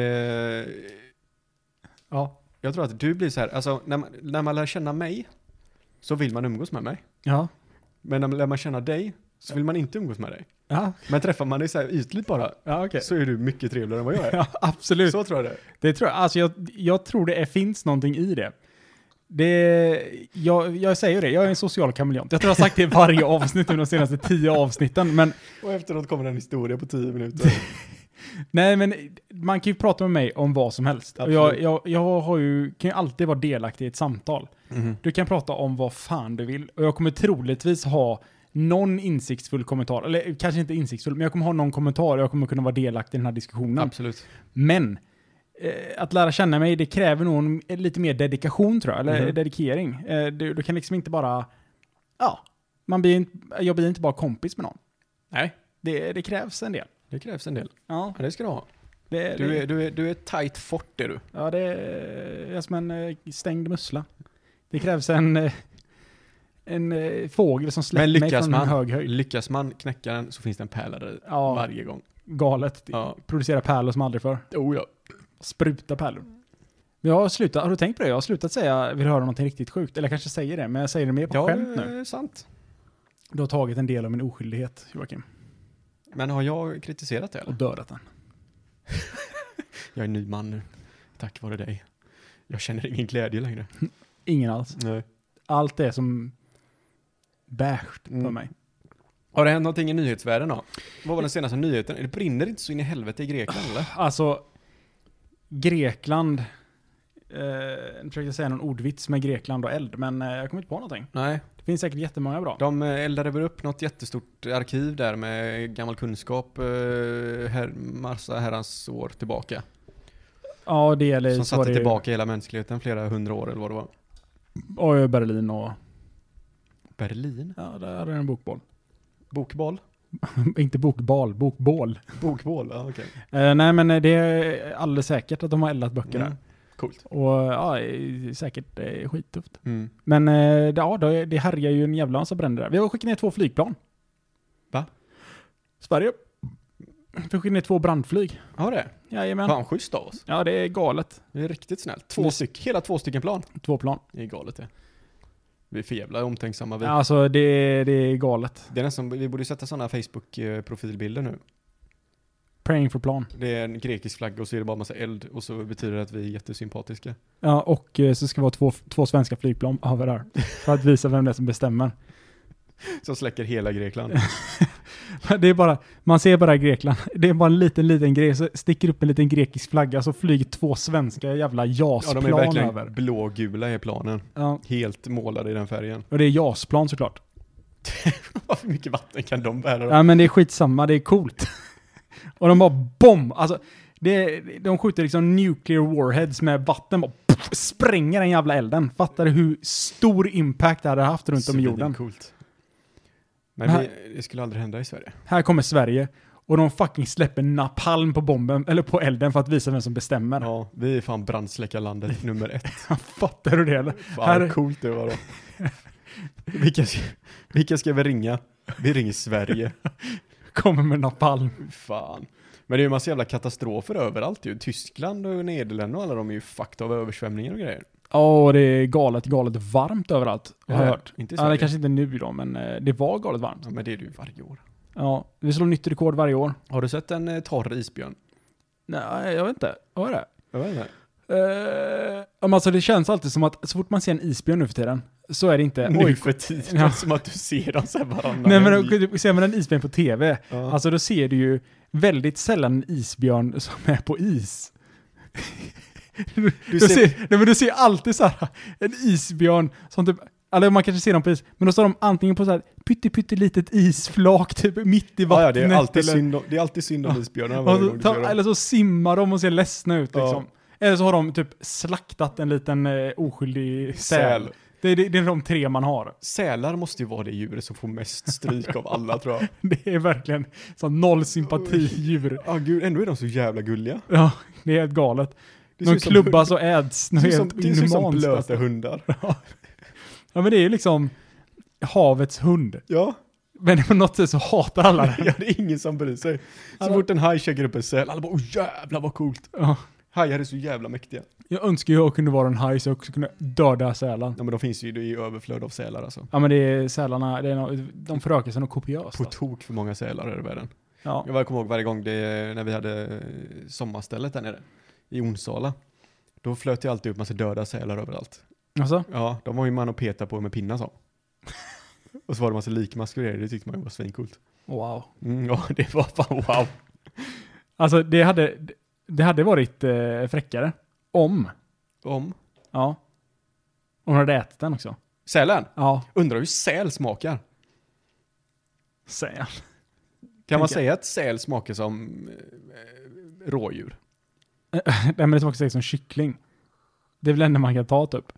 Speaker 1: Ja.
Speaker 3: jag tror att du blir så här, alltså när man, när man lär känna mig så vill man umgås med mig.
Speaker 1: Ja.
Speaker 3: Men när man lär man känna dig så vill man inte umgås med dig.
Speaker 1: Ja,
Speaker 3: Men träffar man dig så här ytligt bara
Speaker 1: ja okej.
Speaker 3: så är du mycket trevligare än vad jag är.
Speaker 1: Ja, absolut.
Speaker 3: Så tror jag det.
Speaker 1: Det tror jag. Alltså jag, jag tror det är, finns någonting i det. det jag, jag säger det, jag är en social kameleont. Jag tror jag har sagt det i varje avsnitt nu de senaste tio avsnitten. Men
Speaker 3: Och efteråt kommer en historia på tio minuter.
Speaker 1: nej, men man kan ju prata med mig om vad som helst. Och jag,
Speaker 3: Absolut.
Speaker 1: jag, jag har ju, kan ju alltid
Speaker 3: Mm-hmm.
Speaker 1: vara delaktig i ett samtal. Du kan prata om vad fan du vill och jag kommer troligtvis ha någon insiktsfull kommentar. Eller kanske inte insiktsfull, men jag kommer ha någon kommentar och jag kommer kunna vara delaktig i den här diskussionen.
Speaker 3: Absolut.
Speaker 1: Men eh, att lära känna mig, det kräver nog en, lite mer dedikation tror jag, eller
Speaker 3: Mhm.
Speaker 1: dedikering. Eh, du, du kan liksom inte bara, ja, man blir, inte- jag blir inte bara kompis med någon.
Speaker 3: Nej,
Speaker 1: Det, det krävs en del.
Speaker 3: det krävs en del.
Speaker 1: Ja,
Speaker 3: Ja, det ska du ha.
Speaker 1: det,
Speaker 3: Du
Speaker 1: det,
Speaker 3: är, du är, du är ett tight fort är du.
Speaker 1: ja, det är som en eh, stängd mussla. Det krävs en, eh, en eh, fågel som
Speaker 3: Men
Speaker 1: släpper mig
Speaker 3: lyckas
Speaker 1: från
Speaker 3: man?
Speaker 1: en hög höjd.
Speaker 3: Lyckas man knäcka den så finns det en pärla där
Speaker 1: Ja.
Speaker 3: varje gång.
Speaker 1: Galet.
Speaker 3: Ja.
Speaker 1: Producera pärlor som aldrig förr.
Speaker 3: Oh, ja.
Speaker 1: Spruta pärlor. Men Jag har, slutat, har du tänkt på det? Jag har slutat säga vill höra någonting riktigt sjukt. Eller jag kanske säger det, men jag säger det mer på
Speaker 3: Ja,
Speaker 1: skämt
Speaker 3: det
Speaker 1: nu.
Speaker 3: är sant.
Speaker 1: Du har tagit en del av min oskyldighet, Joakim.
Speaker 3: Men har jag kritiserat det
Speaker 1: Och
Speaker 3: eller?
Speaker 1: dödat den.
Speaker 3: Jag är en ny man nu. Tack vare dig. Jag känner ingen glädje längre.
Speaker 1: Ingen alls.
Speaker 3: Nej.
Speaker 1: Allt är som beige för
Speaker 3: Mm.
Speaker 1: mig.
Speaker 3: Har det hänt någonting i nyhetsvärlden då? Vad var den senaste nyheten? Det brinner inte så in i helvete i Grekland eller?
Speaker 1: Alltså, Grekland. Eh, nu försökte jag säga någon ordvits med Grekland och eld, men eh, jag kommer inte på någonting.
Speaker 3: Nej.
Speaker 1: Det finns säkert jättemånga bra.
Speaker 3: De eh, eldade väl upp något jättestort arkiv där med gammal kunskap eh, här, massa herrans år tillbaka.
Speaker 1: Ja, det gäller...
Speaker 3: Som
Speaker 1: så var
Speaker 3: satte
Speaker 1: det ju-
Speaker 3: tillbaka hela mänskligheten flera hundra år eller vad det var.
Speaker 1: Och Berlin och...
Speaker 3: Berlin?
Speaker 1: Ja, där är en bokboll.
Speaker 3: Bokboll?
Speaker 1: inte bokbal, bokbål.
Speaker 3: Bokboll, ja okej.
Speaker 1: Eh, nej men eh, det är alldeles säkert att de har eldat böcker
Speaker 3: Mm.
Speaker 1: där.
Speaker 3: Coolt.
Speaker 1: Och eh, ja, eh, säkert eh, skittufft.
Speaker 3: Mm.
Speaker 1: Men eh, det, ja, det, det härjar ju en jävla massa bränder där. Vi har skickat ner två flygplan.
Speaker 3: Va?
Speaker 1: Sverige. Vi skickade ner två brandflyg.
Speaker 3: Har det?
Speaker 1: Jajamän.
Speaker 3: Fan schysst av oss.
Speaker 1: Ja, det är galet.
Speaker 3: Det är riktigt snällt. Två
Speaker 1: Mm.
Speaker 3: styck, hela två stycken plan.
Speaker 1: Två plan.
Speaker 3: Det är galet det. Vi är för jävla omtänksamma vi.
Speaker 1: Alltså, det, det är galet.
Speaker 3: Det är nästan, vi borde sätta sådana Facebook-profilbilder eh, nu.
Speaker 1: Praying for plan.
Speaker 3: Det är en grekisk flagga och så är det bara massa eld och så betyder det att vi är jättesympatiska.
Speaker 1: Ja, och eh, så ska det vara två, två svenska flygplan över där. För att visa vem det är som bestämmer.
Speaker 3: Som släcker hela Grekland.
Speaker 1: Det är bara, man ser bara Grekland. Det är bara en liten, liten grej. Så sticker upp en liten grekisk flagga så flyger två svenska jävla
Speaker 3: Ja,
Speaker 1: JAS-plan
Speaker 3: de är verkligen
Speaker 1: över.
Speaker 3: blågula i planen.
Speaker 1: Ja,
Speaker 3: Helt målade i den färgen.
Speaker 1: och det är JAS-plan såklart.
Speaker 3: Hur mycket vatten kan de bära då?
Speaker 1: Ja, men det är skitsamma, det är coolt. och de bara bomb! Alltså, det, de skjuter liksom nuclear warheads med vatten. Bara, pff, spränger den jävla elden. Fattar du hur stor impact det hade haft runt om i jorden?
Speaker 3: Coolt. Men
Speaker 1: Men
Speaker 3: vi, det skulle aldrig hända i Sverige.
Speaker 1: Här kommer Sverige och de fucking släpper napalm på bomben, eller på elden för att visa vem som bestämmer.
Speaker 3: Ja, vi är fan brandsläckarlandet nummer ett.
Speaker 1: Fattar du det eller?
Speaker 3: Fan
Speaker 1: Här-
Speaker 3: vad coolt det var då. Vilka ska, vilka ska vi ringa? Vi ringer Sverige.
Speaker 1: Kommer med napalm.
Speaker 3: Fan. Men det är ju en massa jävla katastrofer överallt ju. Tyskland och Nederländerna och alla de är ju fucked av översvämningar och grejer.
Speaker 1: Ja, och det är galet, galet varmt överallt. Har jag
Speaker 3: Ja,
Speaker 1: hört.
Speaker 3: Inte i
Speaker 1: Ja, det
Speaker 3: Sverige.
Speaker 1: kanske inte nu då, men eh, det var galet varmt.
Speaker 3: ja, men det är det ju varje år.
Speaker 1: Ja, vi slår nytt rekord varje år.
Speaker 3: Har du sett en eh, torr isbjörn?
Speaker 1: Nej, jag vet inte. Vad är det?
Speaker 3: Jag vet inte.
Speaker 1: Uh, alltså det känns alltid som att så fort man ser en isbjörn nu för tiden, så är det inte...
Speaker 3: Nu
Speaker 1: oj,
Speaker 3: för tiden,
Speaker 1: Ja.
Speaker 3: som att du ser dem så här varannan
Speaker 1: nej men
Speaker 3: helg.
Speaker 1: då- ser man en isbjörn på TV,
Speaker 3: Ja.
Speaker 1: alltså då ser du ju väldigt sällan en isbjörn som är på is.
Speaker 3: du
Speaker 1: Du
Speaker 3: ser,
Speaker 1: ser, nej, men du ser alltid så här, en isbjörn som typ, eller man kanske ser dem på is, men då står de antingen på så här pytte, pytte litet isflak typ mitt i
Speaker 3: ja, ja,
Speaker 1: vattnet.
Speaker 3: det, är alltid
Speaker 1: eller,
Speaker 3: synd, om- det är alltid synd om isbjörnarna
Speaker 1: och
Speaker 3: varje
Speaker 1: så,
Speaker 3: gång du
Speaker 1: ta,
Speaker 3: ser dem.
Speaker 1: eller så simmar de och ser ledsna ut
Speaker 3: Ja.
Speaker 1: liksom. Eller så har de typ slaktat en liten eh, oskyldig säl.
Speaker 3: Säl.
Speaker 1: Det, är- det, det är de tre man har.
Speaker 3: Sälar måste ju vara det djuret som får mest stryk av alla tror jag.
Speaker 1: Det är verkligen så noll sympatidjur.
Speaker 3: Ja gud, ändå är de så jävla gulliga.
Speaker 1: Ja, det är helt galet.
Speaker 3: Det
Speaker 1: de klubbas och äts. Det
Speaker 3: som,
Speaker 1: är
Speaker 3: det ser ut som,
Speaker 1: helt
Speaker 3: det ser ut som
Speaker 1: inhumant.
Speaker 3: blöta
Speaker 1: alltså.
Speaker 3: hundar.
Speaker 1: Ja men det är ju liksom havets hund.
Speaker 3: Ja.
Speaker 1: Men på något sätt så hatar alla det.
Speaker 3: ja, det är ingen som bryr sig. Så
Speaker 1: Alla-
Speaker 3: fort en haj käkar upp en säl, alla bara åh jävlar vad coolt.
Speaker 1: Ja.
Speaker 3: Hajar är så jävla mäktiga.
Speaker 1: Jag önskar ju jag kunde vara en haj så jag också kunde döda sälen.
Speaker 3: Ja men de finns ju, det är ju överflöd av sälar alltså.
Speaker 1: Ja men det är sälarna, det är no, de förökar sig nog kopiöst.
Speaker 3: På
Speaker 1: Alltså.
Speaker 3: tok för många sälar är det i världen.
Speaker 1: Ja.
Speaker 3: Jag bara kommer ihåg varje gång det, när vi hade eh, sommarstället där nere, i Onsala. Då flöt det alltid upp massa döda sälar överallt.
Speaker 1: Alltså?
Speaker 3: Ja, de var ju man att peta på med pinnar så. Och så var det massa likmasker och grejer, det tyckte man ju var svincoolt.
Speaker 1: Wow.
Speaker 3: Mm, ja, det var fan wow.
Speaker 1: Alltså det hade, det hade varit eh, fräckare. Om.
Speaker 3: Om.
Speaker 1: Ja. Om hon hade ätit den också.
Speaker 3: Sälen,
Speaker 1: Ja.
Speaker 3: undrar hur säl smakar?
Speaker 1: Säger han.
Speaker 3: Kan man
Speaker 1: Tänker-
Speaker 3: säga att säl smakar som eh, rådjur?
Speaker 1: Nej men det smakar säkert som kyckling. Det är väl det enda man kan ta typ.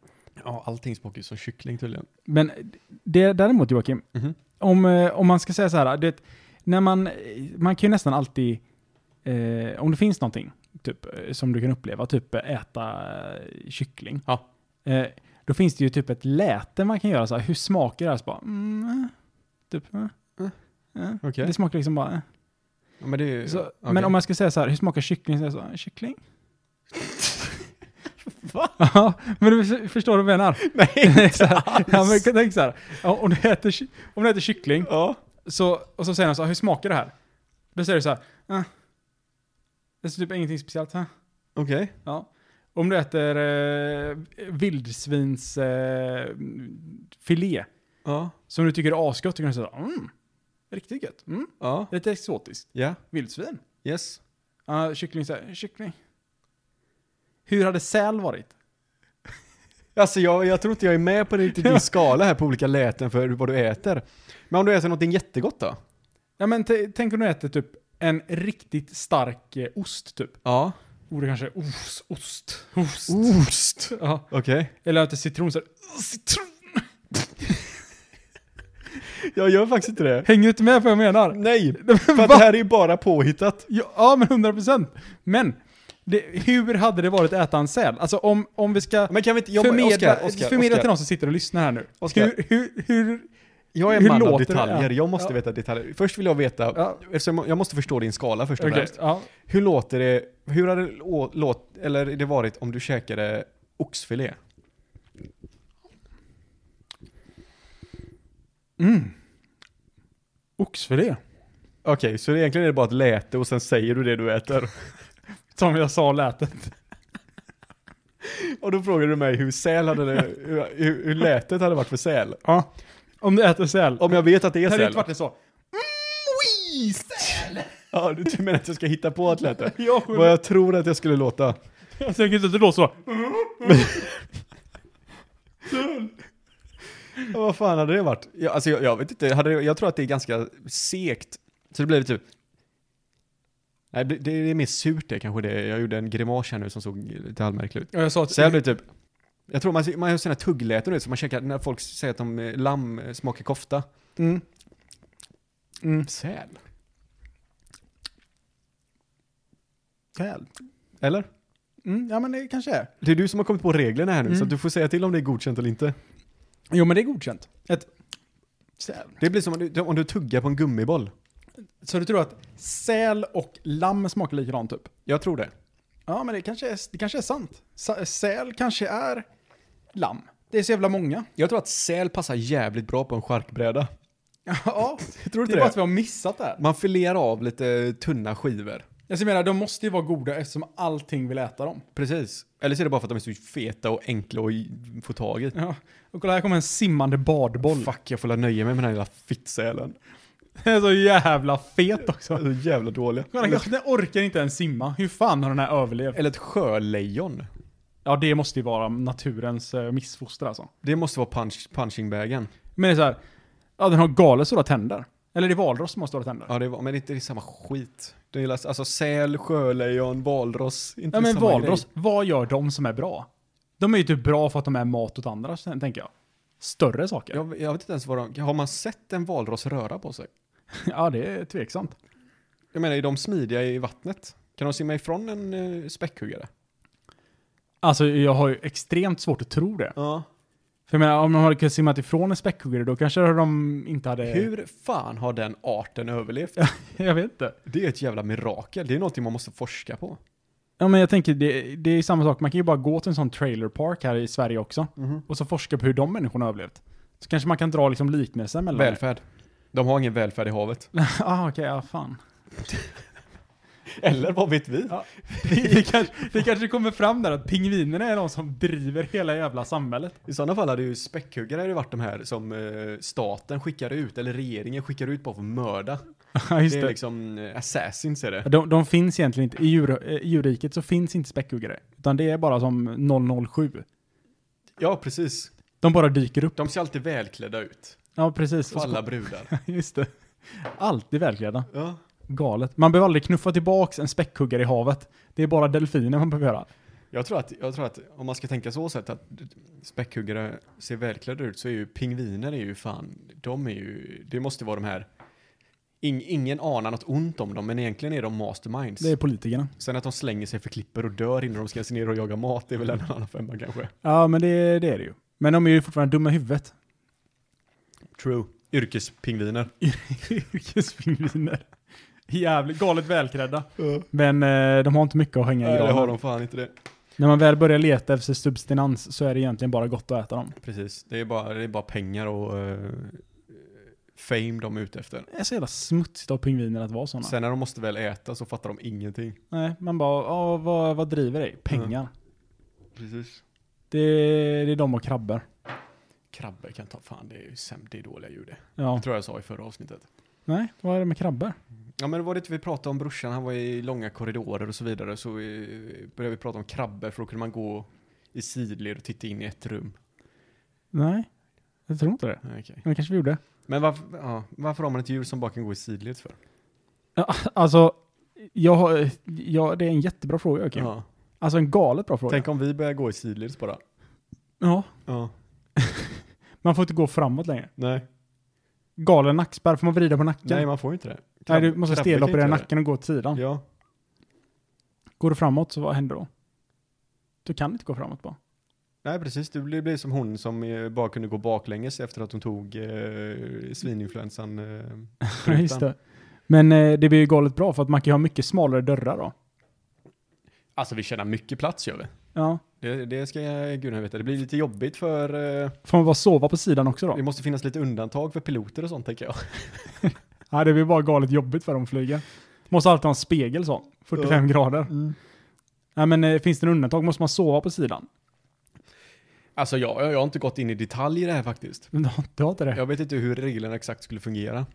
Speaker 3: Ja, allting smakar ju som kyckling tydligen.
Speaker 1: Men det, däremot Joakim,
Speaker 3: Mhm.
Speaker 1: om, eh, om man ska säga så här, det, när man, man kan ju nästan alltid, eh, om det finns någonting typ, eh, som du kan uppleva, typ eh, äta eh, kyckling,
Speaker 3: Ja.
Speaker 1: eh, då finns det ju typ ett läte man kan göra så här, hur smakar det här? Så bara, mm, eh, typ, eh,
Speaker 3: Eh,
Speaker 1: eh.
Speaker 3: okej.
Speaker 1: Det smakar liksom bara, eh.
Speaker 3: Ja, men det är ju...
Speaker 1: så,
Speaker 3: okej.
Speaker 1: Men om man ska säga så här, hur smakar kyckling? Så är det så, här, kyckling?
Speaker 3: Va?
Speaker 1: Ja, men du f- förstår du vad jag menar? Nej, inte alls. Ja, men tänk så här, ja, om, du äter, ky- om du äter kyckling,
Speaker 3: Ja.
Speaker 1: Så, och så säger han så här, hur smakar det här? Då säger du så här, "Eh." det är typ ingenting speciellt här.
Speaker 3: Okej.
Speaker 1: Ja. Om du äter eh, vildsvins eh, filé,
Speaker 3: Ja.
Speaker 1: som du tycker är asgott, då kan du säga mm, riktigt gött. Mm,
Speaker 3: Ja.
Speaker 1: lite exotiskt.
Speaker 3: Ja.
Speaker 1: Vildsvin.
Speaker 3: Yes.
Speaker 1: Ja, kyckling så här, kyckling. Hur hade säl varit?
Speaker 3: Alltså jag, jag tror inte jag är med på riktigt din skala här på olika läten för vad du äter. Men om du äter någonting jättegott då?
Speaker 1: Ja, men t- tänk om du äter typ en riktigt stark eh, ost typ.
Speaker 3: Ja.
Speaker 1: Vore kanske os, ost, ost.
Speaker 3: Ost.
Speaker 1: Ja.
Speaker 3: Okej.
Speaker 1: Eller äter citron så här, citron.
Speaker 3: Jag gör faktiskt inte det.
Speaker 1: Hänger du inte med på vad jag menar?
Speaker 3: Nej, för att det här är ju bara påhittat.
Speaker 1: Ja, ja men 100 procent. Men, det, hur hade det varit att äta en säl? Alltså om, om vi ska
Speaker 3: Men kan vi inte, jag,
Speaker 1: förmedla,
Speaker 3: Oskar, Oskar,
Speaker 1: förmedla
Speaker 3: Oskar.
Speaker 1: till de som sitter och lyssnar här nu.
Speaker 3: Oskar.
Speaker 1: Hur, hur, hur,
Speaker 3: Jag är
Speaker 1: Hur
Speaker 3: man av
Speaker 1: låter det?
Speaker 3: detaljer,
Speaker 1: Ja.
Speaker 3: jag måste
Speaker 1: Ja.
Speaker 3: veta detaljer. Först vill jag veta,
Speaker 1: Ja.
Speaker 3: eftersom jag måste förstå din skala först och
Speaker 1: okej,
Speaker 3: främst.
Speaker 1: ja.
Speaker 3: Hur låter det, hur hade det lå- låt, eller det varit om du käkade oxfilé?
Speaker 1: mm. Oxfilé.
Speaker 3: Okej, så det egentligen är det bara ett läte och sen säger du det du äter.
Speaker 1: Som jag sa lät det.
Speaker 3: Och då frågar du mig hur säl hade det, hur, hur hur lätet hade varit för säl.
Speaker 1: Ja. Om du äter säl.
Speaker 3: Om jag vet att det är
Speaker 1: det hade
Speaker 3: säl.
Speaker 1: inte varit en så. Mm,
Speaker 3: Ja, du, du menar att jag ska hitta på ett läte?
Speaker 1: Jag,
Speaker 3: Vad jag tror att jag skulle låta.
Speaker 1: jag tänker inte att det låter så.
Speaker 3: Ja, vad fan hade det varit? Jag, alltså jag, jag vet inte, hade det, jag tror att det är ganska segt. Så det blev typ... Nej, det, det är mer surt det kanske det. Jag gjorde en grimas här nu som såg lite halvmärklig ut.
Speaker 1: Ja, jag sa att...
Speaker 3: Så jag blev typ... Jag tror man, man har sådana tuggläten nu, så man käkar när folk säger att de eh, lamm eh, smakar kofta.
Speaker 1: Mm. Mm.
Speaker 3: Säl?
Speaker 1: Säl.
Speaker 3: Eller?
Speaker 1: Mm, ja men det kanske är.
Speaker 3: Det är du som har kommit på reglerna här nu,
Speaker 1: Mm.
Speaker 3: så att du får säga till om det är godkänt eller inte.
Speaker 1: Jo men det är godkänt. Ett... Säl.
Speaker 3: Det blir som om du, om du tuggar på en gummiboll.
Speaker 1: Så du tror att säl och lamm smakar likadant typ?
Speaker 3: Jag tror det.
Speaker 1: Ja, men det kanske är, det kanske är sant. Sa- Säl kanske är lamm. Det är så jävla många.
Speaker 3: Jag tror att säl passar jävligt bra på en charkbräda.
Speaker 1: ja,
Speaker 3: Tror
Speaker 1: det
Speaker 3: du
Speaker 1: är
Speaker 3: inte
Speaker 1: bara
Speaker 3: det?
Speaker 1: att vi har missat det här.
Speaker 3: Man filerar av lite tunna skivor.
Speaker 1: Jag menar, de måste ju vara goda eftersom allting vill äta dem.
Speaker 3: Precis. Eller så är det bara för att de är så feta och enkla att i- få tag i.
Speaker 1: Ja. Och kolla, här kommer en simmande badboll.
Speaker 3: Fuck, jag får la nöja mig med den här lilla fittsälen.
Speaker 1: Den är så jävla fet också.
Speaker 3: Så jävla dåliga.
Speaker 1: Kolla,
Speaker 3: Eller,
Speaker 1: den orkar inte ens simma. Hur fan har den här överlevt?
Speaker 3: eller ett sjölejon.
Speaker 1: Ja, det måste ju vara naturens eh, missfoster alltså.
Speaker 3: Det måste vara punch, punchingbagen.
Speaker 1: Men det är så här, ja den har galet stora tänder. Eller det är valross som har stora tänder.
Speaker 3: Ja, det var, men det är inte det är samma skit. Det är, alltså säl, sjölejon, valross. Inte
Speaker 1: Ja men
Speaker 3: samma
Speaker 1: valross,
Speaker 3: grej.
Speaker 1: vad gör de som är bra? De är ju typ bra för att de är mat åt andra, sen- tänker jag. Större saker. Ja,
Speaker 3: Jag, jag vet inte ens vad de... Har man sett en valross röra på sig?
Speaker 1: det är tveksamt.
Speaker 3: Jag menar, är de smidiga i vattnet? Kan de simma ifrån en eh, späckhuggare?
Speaker 1: Alltså jag har ju extremt svårt att tro det.
Speaker 3: Ja.
Speaker 1: För jag menar, om de hade kunnat simma ifrån en späckhuggare då kanske de inte hade...
Speaker 3: Hur fan har den arten överlevt?
Speaker 1: Jag vet inte.
Speaker 3: Det är ett jävla mirakel. Det är någonting man måste forska på.
Speaker 1: Ja men jag tänker, det, det är samma sak. Man kan ju bara gå till en sån trailerpark här i Sverige också. Och så forska på hur de människorna har överlevt. Så kanske man kan dra liksom liknelser mellan...
Speaker 3: Välfärd. De har ingen välfärd i havet.
Speaker 1: ah, okej, ja fan.
Speaker 3: Eller vad vet vi?
Speaker 1: Ja. Det, det, kanske, det kanske kommer fram där att pingvinerna är de som driver hela jävla samhället.
Speaker 3: I sådana fall hade ju späckhuggare hade ju varit de här som eh, staten skickar ut, eller regeringen skickar ut bara för att mörda.
Speaker 1: Ja, just
Speaker 3: Det är
Speaker 1: det.
Speaker 3: liksom eh, assassins är det.
Speaker 1: De, de finns egentligen inte, i djur, eh, djurriket så finns inte späckhuggare. Utan det är bara som 007.
Speaker 3: Ja, precis.
Speaker 1: De bara dyker upp.
Speaker 3: De ser alltid välklädda ut.
Speaker 1: Ja, precis.
Speaker 3: För
Speaker 1: Och så-
Speaker 3: alla brudar.
Speaker 1: Just det. Alltid välklädda.
Speaker 3: Ja.
Speaker 1: Galet. Man behöver aldrig knuffa tillbaks en späckhuggare i havet. Det är bara delfiner man behöver göra.
Speaker 3: Jag tror, att, jag tror att om man ska tänka så sätt att späckhuggare ser välklädda ut så är ju pingviner är ju fan, de är ju, det måste vara de här, ing, ingen anar något ont om dem men egentligen är de masterminds.
Speaker 1: Det är politikerna.
Speaker 3: Sen att de slänger sig för klippor och dör innan de ska sig ner och jaga mat det är väl en annan femma kanske.
Speaker 1: Ja, men det, det är det ju. Men de är ju fortfarande dumma i huvudet.
Speaker 3: True. Yrkespingviner.
Speaker 1: Yrkespingviner. Jävligt galet välklädda. Men eh, de har inte mycket att hänga i
Speaker 3: Nej, det
Speaker 1: granen.
Speaker 3: har de fan inte det.
Speaker 1: När man väl börjar leta efter substans så är det egentligen bara gott att äta dem.
Speaker 3: Precis, det är bara, det är bara pengar och eh, fame de är ute efter.
Speaker 1: Det är så jävla smutsigt av pingviner att vara sådana.
Speaker 3: Sen när de måste väl äta så fattar de ingenting.
Speaker 1: Nej, man bara, "Ja, vad, vad driver dig? Pengar.
Speaker 3: Mm. Precis.
Speaker 1: Det, det är de och krabbor.
Speaker 3: Krabbor kan ta, fan det är ju sämst, det är dåliga djur det.
Speaker 1: Ja.
Speaker 3: Det tror jag jag sa i förra avsnittet.
Speaker 1: Nej, vad är det med krabbor?
Speaker 3: Ja men det var det vi pratade om brorsan, han var i långa korridorer och så vidare. Så eh, började vi prata om krabbor för då kunde man gå i sidled och titta in i ett rum.
Speaker 1: Nej, jag tror inte det.
Speaker 3: Ja, okej.
Speaker 1: Men det kanske vi gjorde.
Speaker 3: Men varför, ja, varför har man ett djur som bara kan gå i sidled för?
Speaker 1: Ja, Alltså, jag har, jag, det är en jättebra fråga, Joakim.
Speaker 3: Ja.
Speaker 1: Alltså en galet bra fråga.
Speaker 3: Tänk om vi börjar gå i sidled bara.
Speaker 1: Ja,
Speaker 3: Ja.
Speaker 1: man får inte gå framåt längre.
Speaker 3: Nej.
Speaker 1: Galen nackspärr, får man vrida på nacken?
Speaker 3: Nej man får ju inte det.
Speaker 1: Nej, du måste
Speaker 3: Krabbor
Speaker 1: stela
Speaker 3: kan
Speaker 1: på den
Speaker 3: inte
Speaker 1: nacken och gå åt sidan.
Speaker 3: det. Ja.
Speaker 1: Går du framåt, så vad händer då? Du kan inte gå framåt bara.
Speaker 3: Nej precis, det blir, blir som hon som eh, bara kunde gå baklänges efter att hon tog eh, svininfluensan. Eh, sprutan.
Speaker 1: Just det. Men eh, det blir ju galet bra för att man kan ju ha mycket smalare dörrar då.
Speaker 3: Alltså vi tjänar mycket plats gör vi.
Speaker 1: Ja.
Speaker 3: Det, det ska jag gudarna veta. Det blir lite jobbigt för... Eh,
Speaker 1: Får man bara sova på sidan också då?
Speaker 3: det måste finnas lite undantag för piloter och sånt tänker jag.
Speaker 1: Nej, det blir bara galet jobbigt för de flyger. Måste alltid ha en spegel så. 45 grader. Nej, men eh, finns det en undantag? Måste man sova på sidan?
Speaker 3: Alltså jag, jag har inte gått in i detalj i det här faktiskt.
Speaker 1: Men du har- Du har inte det?
Speaker 3: Jag vet inte hur reglerna exakt skulle fungera.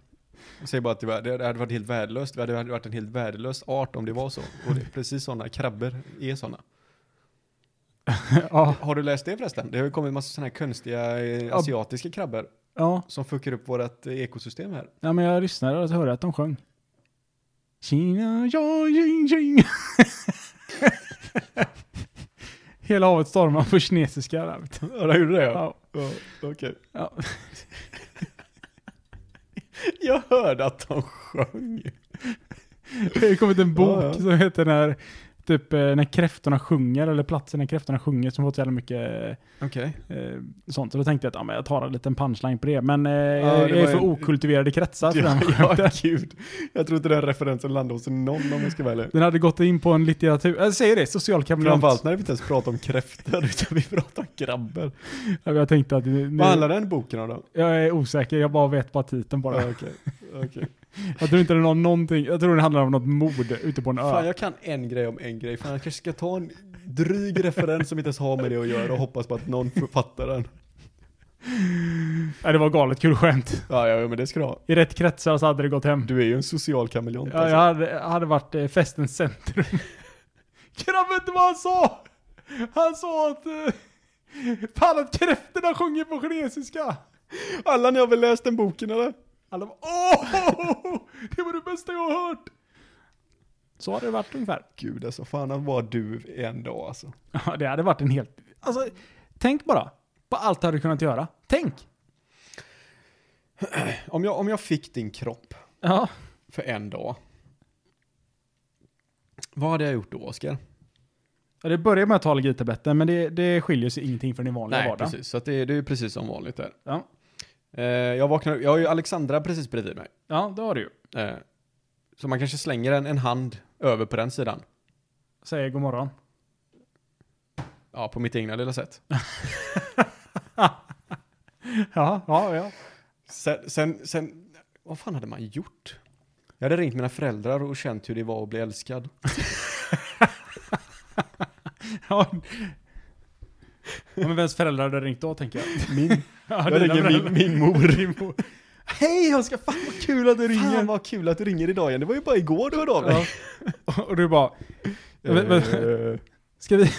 Speaker 3: Jag säger bara att det, var, det hade varit helt värdelöst. Det hade varit en helt värdelös art om det var så. Och det är precis sådana. Krabbor är sådana.
Speaker 1: Ja.
Speaker 3: Har du läst det förresten? Det har ju kommit massa sådana här konstiga eh, asiatiska krabbor
Speaker 1: ja.
Speaker 3: som fuckar upp vårt eh, ekosystem här.
Speaker 1: ja, men jag lyssnade och hörde att de sjöng. Kina, ja, jing, jing. Hela havet stormar på kinesiska. Där, vet du.
Speaker 3: Ja, det gjorde det
Speaker 1: Ja.
Speaker 3: ja Okej.
Speaker 1: Ja.
Speaker 3: Jag hörde att de sjöng.
Speaker 1: Det har kommit en bok
Speaker 3: Ja, ja.
Speaker 1: som heter när, typ, eh, när kräftorna sjunger, eller platsen när kräftorna sjunger, som fått så jävla mycket
Speaker 3: Okej.
Speaker 1: eh, sånt. Och då tänkte jag att ja, men jag tar en liten punchline på det, men eh,
Speaker 3: det
Speaker 1: jag, jag är
Speaker 3: var
Speaker 1: för
Speaker 3: en-
Speaker 1: okultiverad i kretsar för den
Speaker 3: Ja,
Speaker 1: skämten.
Speaker 3: ja, gud. Jag tror inte den referensen landade hos någon om jag ska vara ärlig.
Speaker 1: Den hade gått in på en litteratur, jag säger det, social kameleont.
Speaker 3: Framförallt när vi inte ens pratar om kräftor, utan vi pratar om krabbor.
Speaker 1: Ja, Jag tänkte att nu,
Speaker 3: Vad handlar den boken om då?
Speaker 1: jag är osäker, jag bara vet bara titeln bara.
Speaker 3: Ja, Okej. Okej.
Speaker 1: Jag tror inte den har någonting, jag tror den handlar om något mord ute på en ö.
Speaker 3: Fan, jag kan en grej om en grej. Fan, jag kanske ska ta en dryg referens som inte ens har med det att göra och hoppas på att någon fattar den.
Speaker 1: Ja, det var galet kul skämt.
Speaker 3: Ja, ja, men det ska du ha.
Speaker 1: I rätt kretsar så hade det gått hem.
Speaker 3: Du är ju en social kameleont.
Speaker 1: Ja, jag hade, jag hade varit eh, festens centrum. Grabben, inte vad han sa! Han sa att... eh, Fan att kräftorna sjunger på kinesiska!
Speaker 3: alltså. Alla ni har väl läst den boken eller?
Speaker 1: Alla bara åh! Det var det bästa jag har hört! Så hade det varit ungefär.
Speaker 3: Gud alltså, fan han var du en dag alltså.
Speaker 1: Ja, det hade varit en helt... Alltså, tänk bara på allt du hade kunnat göra. Tänk!
Speaker 3: Om jag, om jag fick din kropp
Speaker 1: Ja.
Speaker 3: för en dag. Vad hade jag gjort då, Oskar?
Speaker 1: Ja, Det börjar med att ta allergitabletten, men det, det skiljer sig ingenting från din vanliga
Speaker 3: Nej,
Speaker 1: vardag.
Speaker 3: precis. Så att det, det är ju precis som vanligt där.
Speaker 1: Ja.
Speaker 3: Eh, jag vaknar jag har ju Alexandra precis bredvid mig.
Speaker 1: ja, det har du ju.
Speaker 3: Eh, så man kanske slänger en, en hand över på den sidan.
Speaker 1: Säger god morgon.
Speaker 3: Ja, på mitt egna lilla sätt.
Speaker 1: Ja, ja, ja.
Speaker 3: Sen, sen, sen, vad fan hade man gjort? Jag hade ringt mina föräldrar och känt hur det var att bli älskad.
Speaker 1: Ja. Ja, men vems föräldrar hade ringt då tänker jag?
Speaker 3: Min.
Speaker 1: Ja,
Speaker 3: Jag
Speaker 1: dina
Speaker 3: ringer min,
Speaker 1: föräldrar.
Speaker 3: min mor.
Speaker 1: Din mor. Hej Oskar, fan vad kul att du
Speaker 3: Fan
Speaker 1: ringer!
Speaker 3: vad kul att du ringer idag igen. Det var ju bara igår du hörde av dig.
Speaker 1: Ja. Och du bara, Men- men-
Speaker 3: Eh,
Speaker 1: ska vi...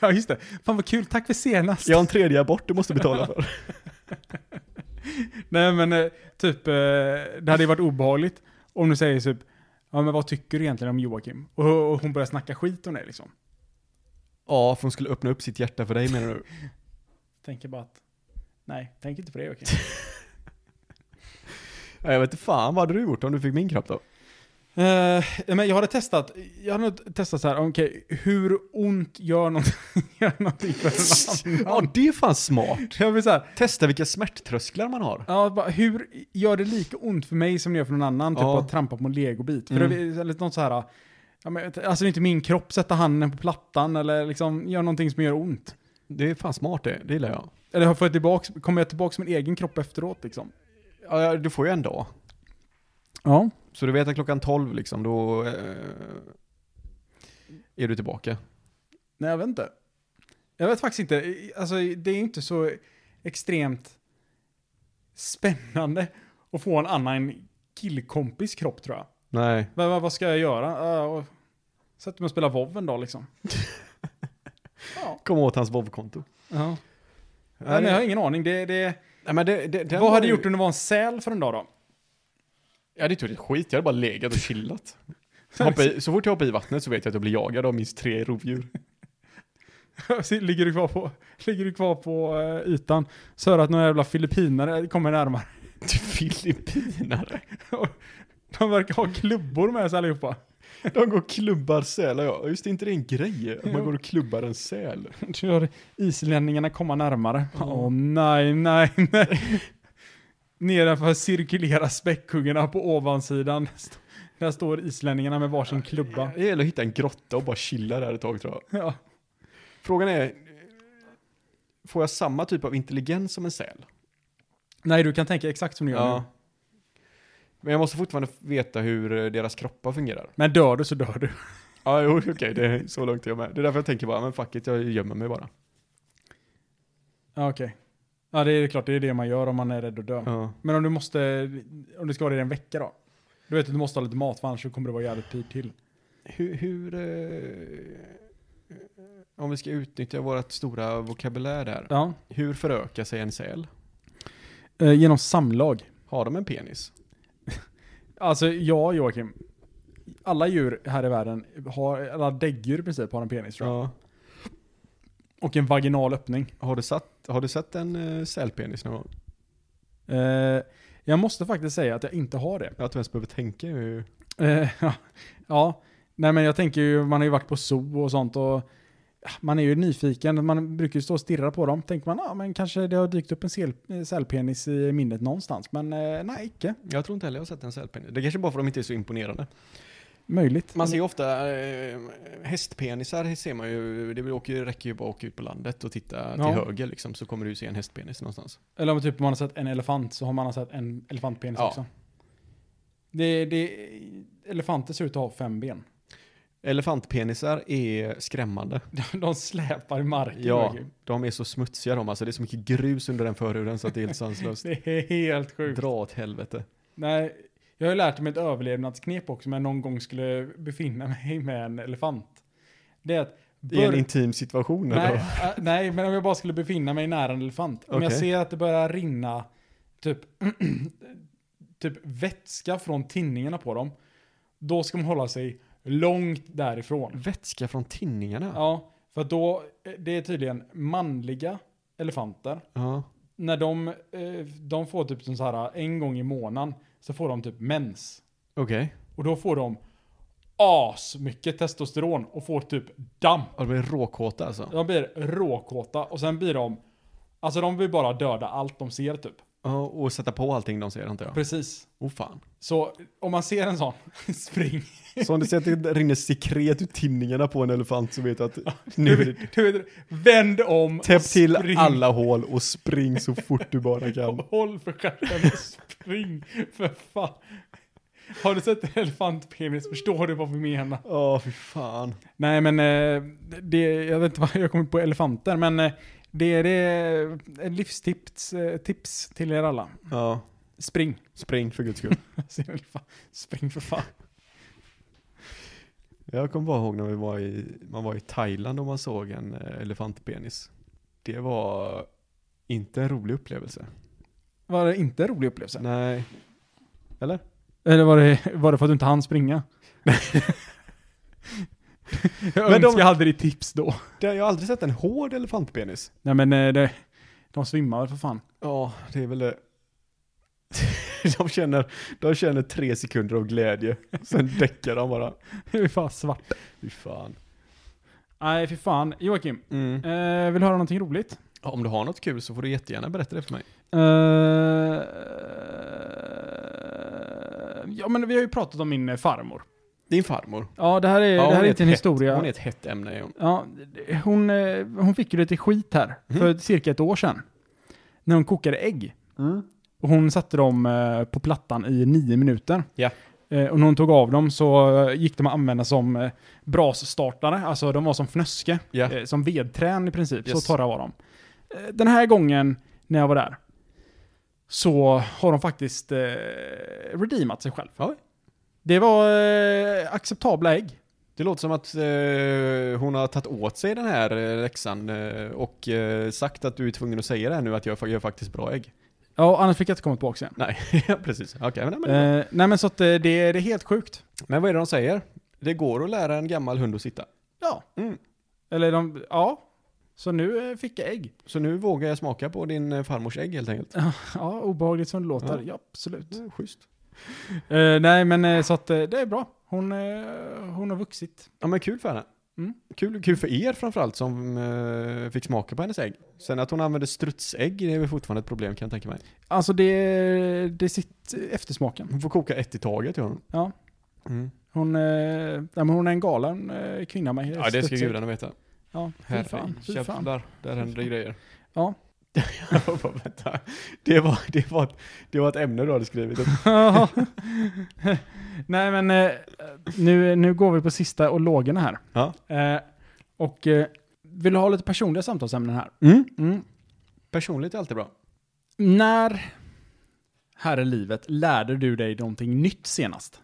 Speaker 1: Ja just det, fan vad kul, tack för senast!
Speaker 3: Jag har en tredje abort du måste betala för.
Speaker 1: Nej men eh, typ, eh, det hade ju varit obehagligt om du säger typ, ja men vad tycker du egentligen om Joakim? Och, och hon börjar snacka skit om dig liksom.
Speaker 3: Ja, för hon skulle öppna upp sitt hjärta för dig menar du?
Speaker 1: Tänker bara att, nej, tänk inte på det Joakim.
Speaker 3: Ja, Jag vet inte fan, vad hade du gjort om du fick min kropp då?
Speaker 1: Eh, men jag hade testat, jag hade nog testat så här, okej, hur ont gör någonting, gör någonting för en
Speaker 3: Ja,
Speaker 1: annan?
Speaker 3: det är fan smart.
Speaker 1: Jag vill så här,
Speaker 3: Testa vilka smärttrösklar man har.
Speaker 1: ja, bara, hur gör det lika ont för mig som det gör för någon annan? Typ
Speaker 3: Ja.
Speaker 1: att trampa på en legobit.
Speaker 3: Mm.
Speaker 1: För det, eller något så här, ja, men, alltså det är inte min kropp, sätta handen på plattan eller liksom gör någonting som gör ont.
Speaker 3: Det är fan smart det, det gillar jag.
Speaker 1: Eller har jag tillbaks, kommer jag tillbaka min egen kropp efteråt liksom?
Speaker 3: Ja, ja, du får ju en dag.
Speaker 1: Ja.
Speaker 3: Så du vet att klockan 12 liksom, då eh, är du tillbaka.
Speaker 1: Nej, jag vet inte. Jag vet faktiskt inte. Alltså, det är ju inte så extremt spännande att få en annan killkompis kropp, tror jag.
Speaker 3: Nej.
Speaker 1: Vad, vad, vad ska jag göra? Uh, Sätter mig och spelar WoW en dag, liksom. ja.
Speaker 3: Kom åt hans vovkonto.
Speaker 1: ja.
Speaker 3: Nej,
Speaker 1: Nej, men jag har ingen aning. Det, det,
Speaker 3: Nej, men det, det,
Speaker 1: vad
Speaker 3: den var
Speaker 1: hade
Speaker 3: ju-
Speaker 1: du gjort om det var en säl för en dag då?
Speaker 3: Jag hade inte gjort ett skit, jag hade bara legat och chillat. Hoppa i, så fort jag hoppar i vattnet så vet jag att jag blir jagad av minst tre rovdjur.
Speaker 1: ligger, du kvar på, ligger du kvar på eh, ytan så hör du att några jävla filippinare kommer närmare.
Speaker 3: Filippinare.
Speaker 1: De verkar ha klubbor med sig allihopa.
Speaker 3: De går och klubbar sälar ja. Just det, inte det är en grej. Att man
Speaker 1: Jo.
Speaker 3: går och klubbar en säl.
Speaker 1: Du hör islänningarna komma närmare.
Speaker 3: Ja.
Speaker 1: Åh nej, nej, nej. Nedanför cirkulerar späckhuggarna på ovansidan. St- Där står islänningarna med varsin klubba.
Speaker 3: Det gäller att hitta en grotta och bara chilla där ett tag tror jag.
Speaker 1: Ja.
Speaker 3: Frågan är, får jag samma typ av intelligens som en säl?
Speaker 1: Nej, du kan tänka exakt som du gör nu.
Speaker 3: Men jag måste fortfarande veta hur eh, deras kroppar fungerar.
Speaker 1: Men dör du så dör du.
Speaker 3: Ja, jo, okej, det är så långt är jag med. Det är därför jag tänker bara, men fuck it, jag gömmer mig bara.
Speaker 1: Ja, okej. Ja, det är klart, det är det man gör om man är rädd att dö.
Speaker 3: Ja.
Speaker 1: Men om du måste, om du ska vara det i en vecka då? Du vet att du måste ha lite mat, för annars så kommer det vara jävligt pyrt till.
Speaker 3: Hur, hur eh, om vi ska utnyttja vårt stora vokabulär där.
Speaker 1: Ja.
Speaker 3: Hur förökar sig en säl?
Speaker 1: Eh, genom samlag.
Speaker 3: Har de en penis?
Speaker 1: Alltså ja, Joakim. Alla djur här i världen, har, alla däggdjur i princip, har en penis tror jag.
Speaker 3: Ja.
Speaker 1: Och en vaginal öppning.
Speaker 3: Har du, satt, har du sett en uh, sälpenis någon gång?
Speaker 1: Eh, jag måste faktiskt säga att jag inte har det.
Speaker 3: Att du ens behöver tänka är ju...
Speaker 1: Eh, ja, ja, nej men jag tänker ju, man har ju varit på zoo och sånt och ja, man är ju nyfiken, man brukar ju stå och stirra på dem. Tänker man, ja men kanske det har dykt upp en sel- eh, sälpenis i minnet någonstans, men eh, nej, icke.
Speaker 3: Jag tror inte heller jag har sett en sälpenis. Det kanske bara för att de inte är så imponerande. Mm.
Speaker 1: Möjligt.
Speaker 3: Man ser ju ofta eh, hästpenisar, ser man ju, det åker, ju- räcker ju bara att åka ut på landet och titta
Speaker 1: Ja.
Speaker 3: till höger liksom, så kommer du se en hästpenis någonstans.
Speaker 1: Eller om typ man har sett en elefant så har man sett en elefantpenis
Speaker 3: Ja.
Speaker 1: också. Det, det, elefanter ser ut att ha fem ben.
Speaker 3: Elefantpenisar är skrämmande.
Speaker 1: De, de släpar i marken.
Speaker 3: Ja,
Speaker 1: Joakim.
Speaker 3: de är så smutsiga de alltså. Det är så mycket grus under den förhuden så att det är helt sanslöst.
Speaker 1: Det är helt sjukt.
Speaker 3: Dra åt helvete.
Speaker 1: Nej, jag har ju lärt mig ett överlevnadsknep också, men någon gång skulle befinna mig med en elefant. Det är att...
Speaker 3: I en
Speaker 1: bör-
Speaker 3: intim situation
Speaker 1: nej,
Speaker 3: eller?
Speaker 1: äh, nej, men om jag bara skulle befinna mig nära en elefant. Om jag
Speaker 3: Okej.
Speaker 1: ser att det börjar rinna typ, typ vätska från tinningarna på dem, då ska man hålla sig långt därifrån.
Speaker 3: Vätska från tinningarna? Ja.
Speaker 1: Ja, för att då, det är tydligen manliga elefanter. När de, eh, de får typ som så här en gång i månaden så får de typ mens.
Speaker 3: Okej.
Speaker 1: Och då får de as mycket testosteron och får typ damp.
Speaker 3: Och de blir råkåta alltså?
Speaker 1: De blir råkåta och sen blir de, alltså de vill bara döda allt de ser typ.
Speaker 3: Ja, och sätta på allting de ser antar jag?
Speaker 1: Precis.
Speaker 3: Oh fan.
Speaker 1: Så om man ser en sån, spring.
Speaker 3: Så om du ser att det rinner sekret ur tinningarna på en elefant så vet du att nu är
Speaker 1: Du,
Speaker 3: det
Speaker 1: vet- du, vet, vänd om och
Speaker 3: Täpp till
Speaker 1: spring.
Speaker 3: alla hål och spring så fort du bara
Speaker 1: Och
Speaker 3: kan.
Speaker 1: Håll för stjärten och spring för fan. Har du sett en elefantpenis förstår du vad vi menar.
Speaker 3: Ja, fy fan.
Speaker 1: Nej men eh, det, jag vet inte vad jag kommer på elefanter men eh, det är det är en livstips eh, tips till er alla.
Speaker 3: Ja,
Speaker 1: Spring.
Speaker 3: spring för guds skull.
Speaker 1: Alltså, jag vill fan- Spring för fan.
Speaker 3: Jag kommer bara ihåg när vi var i, man var i Thailand och man såg en eh, elefantpenis. Det var inte en rolig upplevelse.
Speaker 1: Var det inte en rolig upplevelse?
Speaker 3: Nej. Eller?
Speaker 1: Eller var det, var det för att du inte hann springa? jag
Speaker 3: Men de-
Speaker 1: önskar jag hade ditt tips då.
Speaker 3: Det, jag har aldrig sett en hård elefantpenis.
Speaker 1: Nej men eh, det, de svimmar väl för fan.
Speaker 3: Ja, det är väl det. De känner, de känner tre sekunder av glädje, sen däckar de bara.
Speaker 1: Det är fan svart.
Speaker 3: Fy fan.
Speaker 1: Nej fy fan. Joakim, eh, vill du höra någonting roligt?
Speaker 3: Ja, om du har något kul så får du jättegärna berätta det för mig.
Speaker 1: Eh, ja men vi har ju pratat om min eh, farmor.
Speaker 3: Din farmor.
Speaker 1: Ja Eh, det här är,
Speaker 3: Ja, hon
Speaker 1: det här är
Speaker 3: ett
Speaker 1: inte en
Speaker 3: hett-
Speaker 1: historia.
Speaker 3: Hon är ett hett ämne. är Hon.
Speaker 1: Ja, det- hon, eh, hon fick ju lite skit här
Speaker 3: Mhm.
Speaker 1: för cirka ett år sedan. När hon kokade ägg.
Speaker 3: Mm.
Speaker 1: Och hon satte dem eh, på plattan i nio minuter.
Speaker 3: Ja.
Speaker 1: Eh, och när hon tog av dem så eh, gick de att använda som eh, brasstartare. Alltså de var som fnöske.
Speaker 3: Ja.
Speaker 1: Eh, som vedträn i princip.
Speaker 3: Yes.
Speaker 1: Så torra var de. Eh, den här gången när jag var där så har de faktiskt eh, redeemat sig själv.
Speaker 3: Oj.
Speaker 1: Det var eh, acceptabla ägg.
Speaker 3: Det låter som att eh, hon har tagit åt sig den här eh, läxan eh, och eh, sagt att du är tvungen att säga det här nu att jag fa- gör faktiskt bra ägg.
Speaker 1: Ja, annars fick jag inte komma tillbaka igen.
Speaker 3: Nej, ja, precis. Okej, men, men,
Speaker 1: Eh, nej men så att eh, det, det är helt sjukt.
Speaker 3: men vad är det de säger? Det går att lära en gammal hund att sitta.
Speaker 1: Ja.
Speaker 3: Mm.
Speaker 1: Eller de, ja. Så nu eh, fick jag ägg.
Speaker 3: Så nu vågar jag smaka på din eh, farmors ägg helt enkelt.
Speaker 1: Ja, obehagligt som det låter. Ja,
Speaker 3: Ja.
Speaker 1: absolut.
Speaker 3: Mm, schysst.
Speaker 1: Eh, nej men eh, så att eh, det är bra. Hon, eh, hon har vuxit.
Speaker 3: Ja men kul för henne.
Speaker 1: Mm.
Speaker 3: Kul, kul för er framförallt som eh, fick smaka på hennes ägg. Sen att hon använder strutsägg det är väl fortfarande ett problem kan jag tänka mig.
Speaker 1: Alltså det, det sitter eftersmaken.
Speaker 3: Hon får koka ett i taget gör hon.
Speaker 1: Ja.
Speaker 3: Mm.
Speaker 1: Hon, eh, nej, men hon är en galen eh, kvinna med
Speaker 3: Ja det ska
Speaker 1: studsig-
Speaker 3: gudarna veta.
Speaker 1: Ja, fy fan. Fy fan.
Speaker 3: Herrejävlar, där händer det grejer.
Speaker 1: Ja.
Speaker 3: Jag bara, vänta. det, var, det, var ett, det var ett ämne du hade skrivit upp.
Speaker 1: nej men eh, nu, nu går vi på sista och lågorna här.
Speaker 3: Ja.
Speaker 1: Eh, och eh, vill du ha lite personliga samtalsämnen här? Mm.
Speaker 3: Personligt är alltid bra.
Speaker 1: När här i livet lärde du dig någonting nytt senast?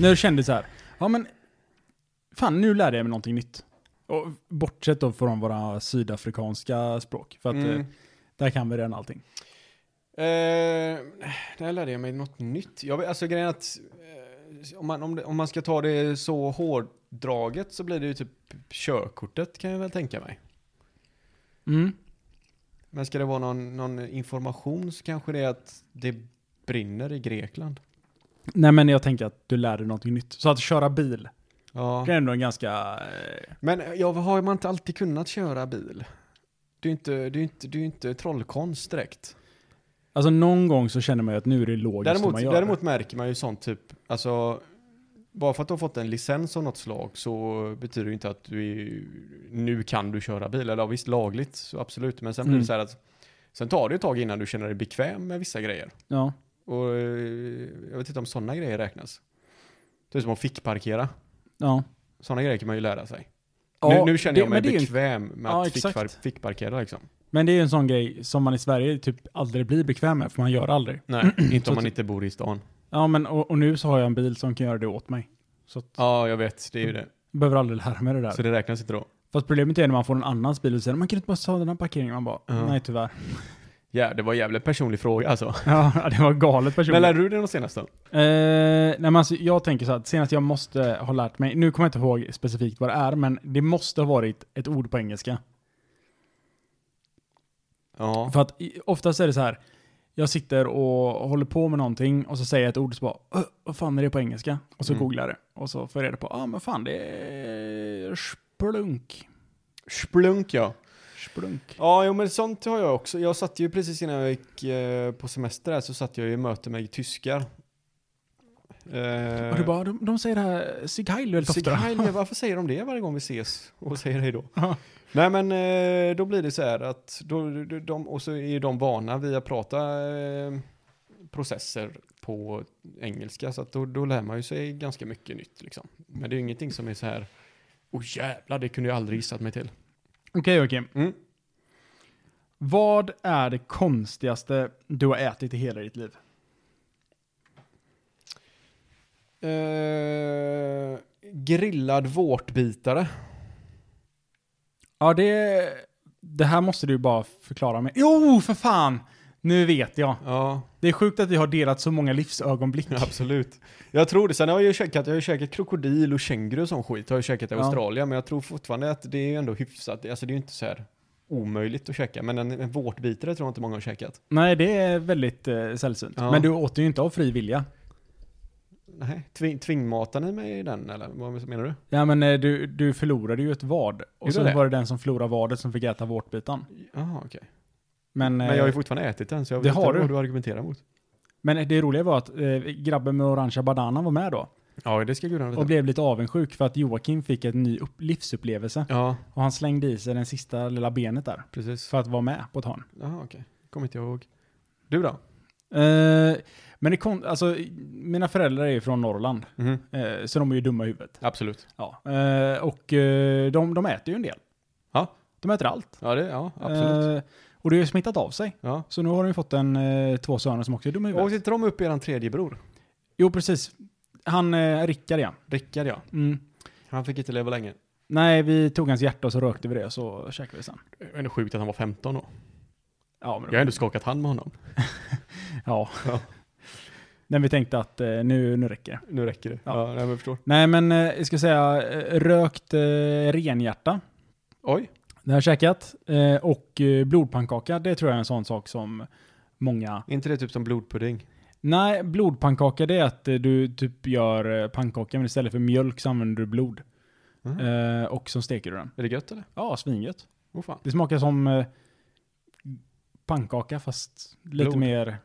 Speaker 1: När du kände så här, ja men fan nu lärde jag mig någonting nytt. Och bortsett då från våra sydafrikanska språk, för att
Speaker 3: Mm.
Speaker 1: eh, där kan vi redan allting.
Speaker 3: Eh, där lärde jag mig något nytt. Jag, vet- alltså grejen är att eh, om, man, om, det, om man ska ta det så hårdraget så blir det ju typ körkortet kan jag väl tänka mig.
Speaker 1: Mm.
Speaker 3: Men ska det vara någon, någon information så kanske det är att det brinner i Grekland.
Speaker 1: Nej men jag tänker att du lärde dig någonting nytt. Så att köra bil,
Speaker 3: Ja.
Speaker 1: det är ändå en ganska... Eh,
Speaker 3: Men ja, har man inte alltid kunnat köra bil? Det är ju inte, det är ju inte, det är ju inte trollkonst direkt.
Speaker 1: alltså någon gång så känner man ju att nu är det logiskt hur
Speaker 3: Däremot,
Speaker 1: man gör
Speaker 3: däremot märker man ju sånt typ, alltså bara för att du har fått en licens av något slag så betyder det ju inte att du är, nu kan du köra bil. Eller ja, visst, lagligt, så absolut. Men sen blir
Speaker 1: Mm.
Speaker 3: det så här att sen tar det ju ett tag innan du känner dig bekväm med vissa grejer.
Speaker 1: det. Ja.
Speaker 3: Och eh, jag vet inte om sådana grejer räknas. Det är som att fickparkera.
Speaker 1: ja.
Speaker 3: Sådana grejer kan man ju lära sig. nu, nu känner
Speaker 1: det-
Speaker 3: jag mig
Speaker 1: men det är ju en
Speaker 3: bekväm med
Speaker 1: Ja,
Speaker 3: att
Speaker 1: exakt.
Speaker 3: fickpar- fickparkera liksom.
Speaker 1: Men det är ju en sån grej som man i Sverige typ aldrig blir bekväm med, för man gör aldrig.
Speaker 3: Nej, inte om
Speaker 1: Så
Speaker 3: man
Speaker 1: ty-
Speaker 3: inte bor i stan.
Speaker 1: Ja, men och, och nu så har jag en bil som kan göra det åt mig. Så att,
Speaker 3: Ja, jag vet. Det är ju det.
Speaker 1: jag behöver aldrig lära mig det där.
Speaker 3: Så det räknas inte då.
Speaker 1: Fast problemet är när man får en annans bil och säger man kan inte bara ta den här parkeringen. Man bara,
Speaker 3: Ja.
Speaker 1: nej tyvärr.
Speaker 3: Ja, det var en jävligt personlig fråga alltså.
Speaker 1: ja, det var galet personligt.
Speaker 3: Men lärde du dig något senast då?
Speaker 1: Eh, nej, men alltså, jag tänker så här, att senast jag måste ha lärt mig, nu kommer jag inte ihåg specifikt vad det är, men det måste ha varit ett ord på engelska.
Speaker 3: Ja.
Speaker 1: För att i- oftast är det så här, jag sitter och håller på med någonting och så säger jag ett ord och så bara, "Ö, vad fan är det på engelska? Och så
Speaker 3: Mm.
Speaker 1: googlar jag det. Och så får jag reda på, ja ah, men fan det är splunk.
Speaker 3: Splunk ja.
Speaker 1: Splunk.
Speaker 3: Ja, jo, men sånt har jag också. Jag satt ju precis innan jag gick eh, på semester här så satt jag i möte med tyskar. Eh,
Speaker 1: Och du bara, de, de säger det här, Sig Heil väldigt
Speaker 3: Sig
Speaker 1: ofta.
Speaker 3: Heil, ja, varför säger de det varje gång vi ses och säger hej då?
Speaker 1: Ja.
Speaker 3: Nej men eh, då blir det så här att då, då- de, och så är de vana vid att prata eh, processer på engelska så att då, då lär man ju sig ganska mycket nytt liksom. Men det är ju ingenting som är så här, åh jävlar det kunde jag aldrig gissat mig till.
Speaker 1: Okej, okej.
Speaker 3: Mm.
Speaker 1: Vad är det konstigaste du har ätit i hela ditt liv?
Speaker 3: Eh, grillad vårtbitare.
Speaker 1: Ja, det, det här måste du bara förklara mig. Jo, för fan! Nu vet jag.
Speaker 3: Ja,
Speaker 1: Det är sjukt att vi har delat så många livsögonblick.
Speaker 3: absolut. Jag tror det. Sen har jag ju käkat, jag har ju käkat krokodil och känguru som skit. Har jag käkat i
Speaker 1: Ja.
Speaker 3: Australien. Men jag tror fortfarande att det är ju ändå hyfsat. Alltså det är ju inte så här omöjligt att käka. Men en, en vårtbitare tror jag inte många har käkat.
Speaker 1: Nej, det är väldigt eh, sällsynt.
Speaker 3: Ja.
Speaker 1: Men du åt ju inte av fri vilja.
Speaker 3: Nej, tving, tvingmatar ni mig i den eller? Vad menar du?
Speaker 1: Ja, men eh, du, du förlorade ju ett vad.
Speaker 3: Gjorde
Speaker 1: Och så
Speaker 3: det?
Speaker 1: var det den som förlorade vadet som fick äta vårtbiten.
Speaker 3: Jaha, okej.
Speaker 1: Men,
Speaker 3: Men jag har ju fortfarande ätit den så jag
Speaker 1: Det
Speaker 3: vet inte
Speaker 1: har du.
Speaker 3: vad du argumenterar mot.
Speaker 1: Men det roliga var att eh, grabben med orangea bananen var med då
Speaker 3: Ja, det ska gudarna
Speaker 1: och blev lite avundsjuk för att Joakim fick en ny upp- livsupplevelse
Speaker 3: Ja,
Speaker 1: och han slängde i sig den sista lilla benet där
Speaker 3: precis.
Speaker 1: för att vara med på ett hörn.
Speaker 3: Jaha, okej. Kommer inte jag ihåg. Du då?
Speaker 1: Eh, men det kom, alltså, mina föräldrar är ju från Norrland,
Speaker 3: Mhm.
Speaker 1: eh, så de är ju dumma i huvudet.
Speaker 3: Absolut.
Speaker 1: Ja. Eh, och eh, de, de äter ju en del.
Speaker 3: Ja.
Speaker 1: De äter allt.
Speaker 3: Ja, det, ja absolut.
Speaker 1: Eh, och det har ju smittat av sig.
Speaker 3: ja.
Speaker 1: Så nu har de ju fått en, eh, två söner som också är dumma i huvudet.
Speaker 3: Åkte inte de upp eran tredje bror?
Speaker 1: Jo, precis. Han, eh, Rickard ja.
Speaker 3: Rickard ja.
Speaker 1: Mm.
Speaker 3: Han fick inte leva länge.
Speaker 1: Nej, vi tog hans hjärta och så rökte vi det och så käkade vi sen.
Speaker 3: Det är ändå sjukt att han var 15 då.
Speaker 1: Ja, men
Speaker 3: Jag har ändå skakat hand med honom.
Speaker 1: ja.
Speaker 3: Ja.
Speaker 1: Men vi tänkte att eh, nu, nu räcker det.
Speaker 3: Nu räcker det.
Speaker 1: Ja.
Speaker 3: nej, men jag förstår.
Speaker 1: Nej, men eh, jag ska säga eh, rökt eh, renhjärta.
Speaker 3: Oj.
Speaker 1: Det har jag käkat. Eh, och eh, blodpannkaka, det tror jag är en sån sak som många...
Speaker 3: inte det typ som blodpudding?
Speaker 1: Nej, blodpannkaka det är att eh, du typ gör eh, pannkaka, men istället för mjölk så använder du blod.
Speaker 3: Mhm.
Speaker 1: Eh, och så steker du den.
Speaker 3: Är det gött eller?
Speaker 1: Ja, svingött.
Speaker 3: Åh fan.
Speaker 1: Det smakar som eh, pannkaka fast lite
Speaker 3: Blod.
Speaker 1: mer